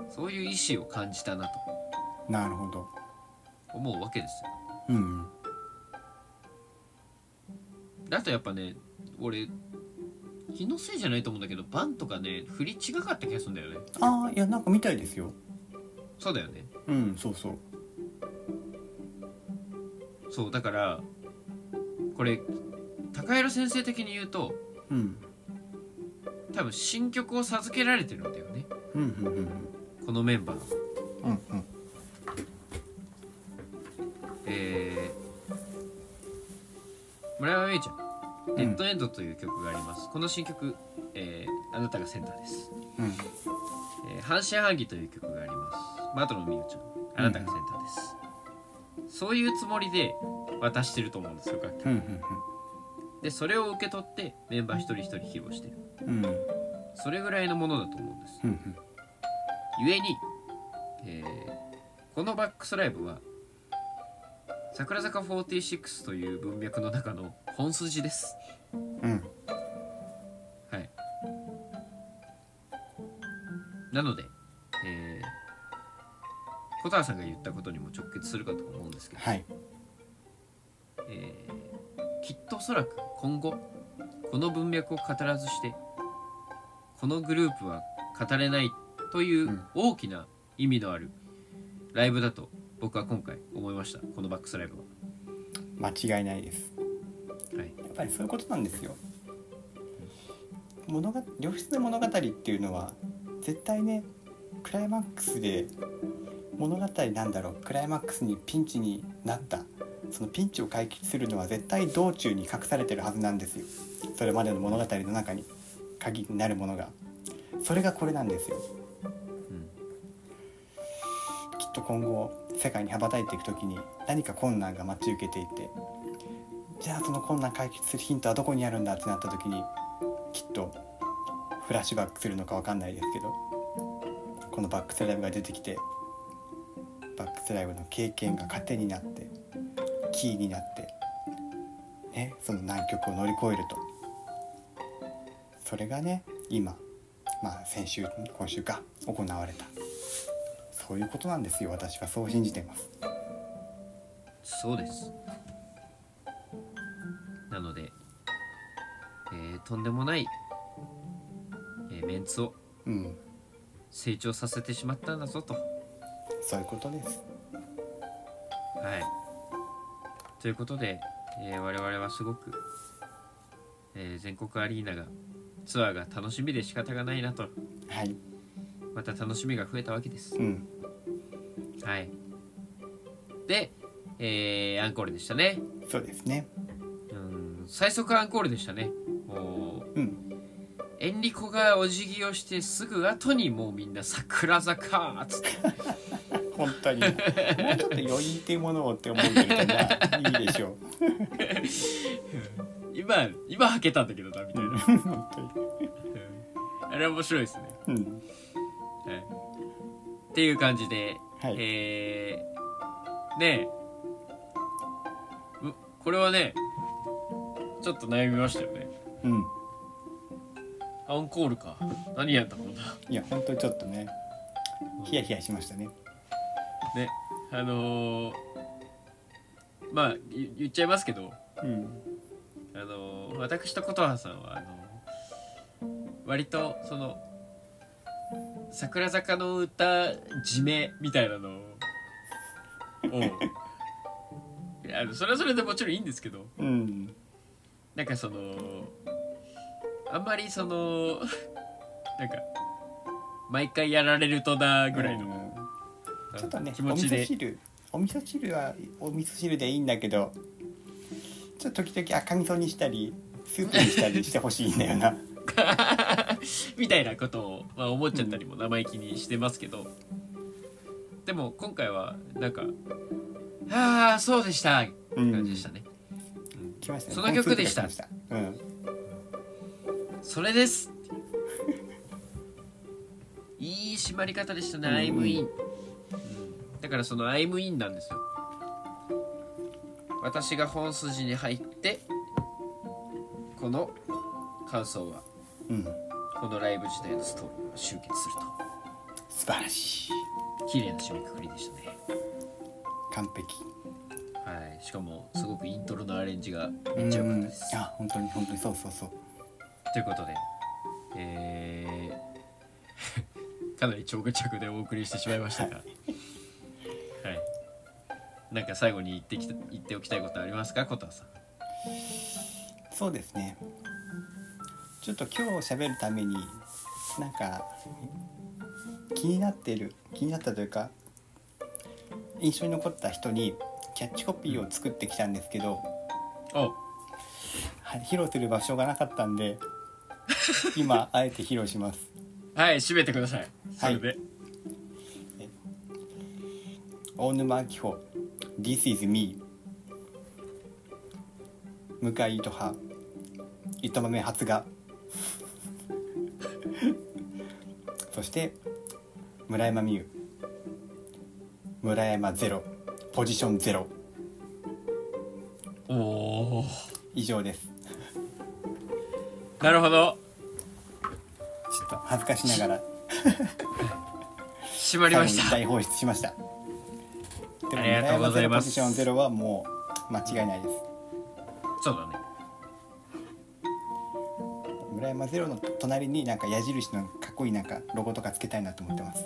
Speaker 2: ん
Speaker 1: そういう意思を感じたなと
Speaker 2: なるほど
Speaker 1: 思うわけですよ
Speaker 2: うんうん
Speaker 1: だとやっぱね俺気のせいじゃないと思うんだけどバンとかね振り違かった気がするんだよね
Speaker 2: ああいやなんか見たいですよ
Speaker 1: そうだよね
Speaker 2: うんそうそう
Speaker 1: そうだからこれ高弘先生的に言うと
Speaker 2: うん
Speaker 1: 多分新曲を授けられてるんだよね
Speaker 2: うんうんうん
Speaker 1: このメンバーは
Speaker 2: うんうん
Speaker 1: えー、村山芽衣ちゃん「
Speaker 2: う
Speaker 1: デ
Speaker 2: ん
Speaker 1: ッドエンド」という曲があります、この新曲、えーあなたがセンターです」
Speaker 2: うん
Speaker 1: えー半信半疑」という曲がありますマトロミユちゃんあなたがセンターです、そういうつもりで渡してると思うんですよ楽器
Speaker 2: うん
Speaker 1: でそれを受け取ってメンバー一人一人披露してる
Speaker 2: うんうんうん
Speaker 1: それぐらいのものだと思うんです
Speaker 2: うん
Speaker 1: ゆえに、えーこのバックスライブは桜坂46という文脈の中の本筋です
Speaker 2: うん
Speaker 1: はいなので、えー小沢さんが言ったことにも直結するかと思うんですけど、
Speaker 2: はい
Speaker 1: えーきっとおそらく今後この文脈を語らずしてこのグループは語れないとい
Speaker 2: うん
Speaker 1: う大きな意味のあるライブだと僕は今回思いましたこのバックスライブは。
Speaker 2: 間違いないです
Speaker 1: はい、
Speaker 2: やっぱりそういうことなんですよ物が良質な物語っていうのは絶対ねクライマックスで物語なんだろうクライマックスにピンチになったそのピンチを解決するのは絶対道中に隠されてるはずなんですよそれまでの物語の中に鍵になるものがそれがこれなんですよ
Speaker 1: うん
Speaker 2: きっと今後世界に羽ばたいていく時に何か困難が待ち受けていてじゃあその困難解決するヒントはどこにあるんだってなった時にきっとフラッシュバックするのかわかんないですけどこのバックスライブが出てきてバックスライブの経験が糧になってキーになって、ね、その難局を乗り越えるとそれがね今、まあ、先週今週か行われたそういうことなんですよ私はそう信じてます
Speaker 1: そうですなので、えーとんでもない、えーメンツを
Speaker 2: うん
Speaker 1: 成長させてしまったんだぞと。
Speaker 2: そういうことです
Speaker 1: はい。ということで、えー我々はすごく、えー全国アリーナがツアーが楽しみで仕方がないなと
Speaker 2: はい
Speaker 1: また楽しみが増えたわけです
Speaker 2: う。ん
Speaker 1: はい。で、えーアンコールでしたね。
Speaker 2: そうですね
Speaker 1: うん最速アンコールでしたね。もう
Speaker 2: うん
Speaker 1: エンリコがお辞儀をしてすぐ後にもうみんな桜坂っつって
Speaker 2: 本当にもうちょっと余韻っていうものをって思ってるからいいでしょう
Speaker 1: 今今はけたんだけどなみたいな。
Speaker 2: 本当に
Speaker 1: うんあれは面白いですね、
Speaker 2: うん
Speaker 1: はい、っていう感じで、
Speaker 2: はい
Speaker 1: えーねえうこれはねちょっと悩みましたよね
Speaker 2: うん
Speaker 1: アンコールか何やったのだ
Speaker 2: いや本当にちょっとねヒヤヒヤしましたね
Speaker 1: ねあのーまあい言っちゃいますけど
Speaker 2: うん
Speaker 1: あのー私と琴葉さんはあのー割とその桜坂の歌締めみたいなのを いやあのそれはそれでもちろんいいんですけど
Speaker 2: うん
Speaker 1: なんかそのあんまりその なんか毎回やられるとなぐらいの、
Speaker 2: うんちょっとね
Speaker 1: 気持ち
Speaker 2: お
Speaker 1: で
Speaker 2: 味噌汁お味噌汁はお味噌汁でいいんだけどちょっと時々赤味噌にしたりスープにしたりしてほしいんだよな
Speaker 1: みたいなことを、まあ、思っちゃったりも生意気にしてますけど、でも今回はなんか「ああそうでした」
Speaker 2: うん
Speaker 1: 感じでしたね、
Speaker 2: 来ましたね
Speaker 1: その曲でした
Speaker 2: このスープが来ました
Speaker 1: それですいい締まり方でしたね「
Speaker 2: うん
Speaker 1: I'm in」うんだからその「I'm in」なんですよ私が本筋に入ってこの感想は
Speaker 2: うん、うん、
Speaker 1: このライブ自体のストーリーは集結すると
Speaker 2: 素晴らしい
Speaker 1: 綺麗な締めくくりでしたね
Speaker 2: 完璧
Speaker 1: はい、しかもすごくイントロのアレンジがめっちゃ良かったです。
Speaker 2: うんあ本当に本当にそうそうそう
Speaker 1: ということで、えー かなり長尺でお送りしてしまいましたが、はい、なんか最後に言ってきた言っておきたいことありますか、コタさん。
Speaker 2: そうですねちょっと今日喋るためになんか気になってる気になったというか印象に残った人にキャッチコピーを作ってきたんですけど、
Speaker 1: お、
Speaker 2: はい披露する場所がなかったん で今あえて披露します
Speaker 1: はい、締めてください。それで、
Speaker 2: 大沼明穂 This is me 向井糸葉糸豆発芽 そして村山美優村山ゼロポジションゼロ
Speaker 1: おおー、
Speaker 2: 以上です
Speaker 1: なるほど、
Speaker 2: ちょっと恥ずかしながら
Speaker 1: 締まりまし
Speaker 2: 最
Speaker 1: た。
Speaker 2: 後に大放出しましたで
Speaker 1: あ
Speaker 2: も
Speaker 1: りがとうございます
Speaker 2: 村山ゼロポジションゼロはもう間違いないです
Speaker 1: そうだね。
Speaker 2: 村山ゼロの隣になんか矢印のかっこいいなんかロゴとかつけたいなと思ってます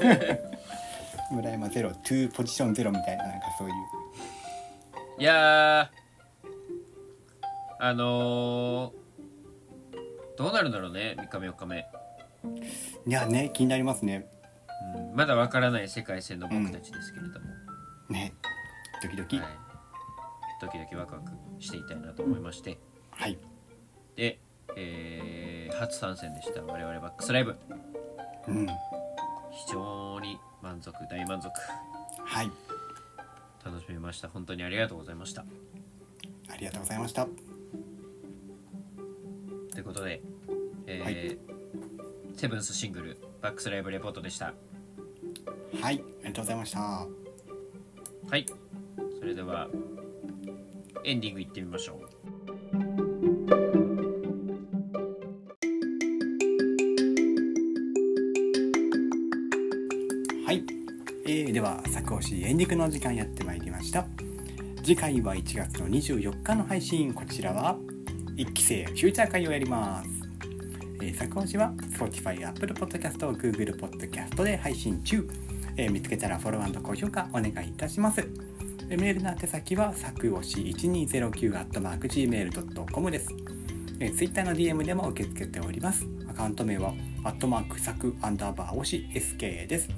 Speaker 2: 村山ゼロトゥーポジションゼロみたいななんかそういう
Speaker 1: いやー、あのーどうなるんだろうね、3日目4日目。
Speaker 2: いやね気になりますね
Speaker 1: うんまだわからない世界線の僕たちですけれども、
Speaker 2: ねドキドキ
Speaker 1: は、
Speaker 2: はい
Speaker 1: 時々ワクワクしていたいなと思いまして、
Speaker 2: い
Speaker 1: で、えー初参戦でした我々バックスライブ
Speaker 2: うん
Speaker 1: 非常に満足大満足
Speaker 2: はい
Speaker 1: 楽しみました本当にありがとうございました
Speaker 2: ありがとうございました
Speaker 1: ということで、えーセブンスシングルバックスライブレポートでした
Speaker 2: はいありがとうございました
Speaker 1: はいそれではエンディングいってみましょう
Speaker 2: はい、えーでは作押しエンディングの時間やってまいりました次回は1月の24日の配信こちらは1期生フューチャー会をやります、えー、作押しは Spotify、Apple Podcast、Google Podcast で配信中、えー見つけたらフォロー高評価お願いいたしますえーメールの宛先は作押し 1209-gmail.com ですえー Twitter の DM でも受け付けておりますアカウント名はアットマーク作アンダーバー押し SK です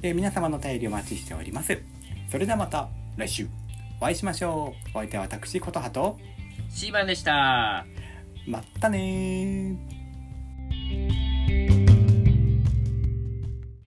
Speaker 2: えー皆様のお便りお待ちしておりますそれではまた来週お会いしましょうお相手は私ことはと
Speaker 1: シーバンでした
Speaker 2: まったねー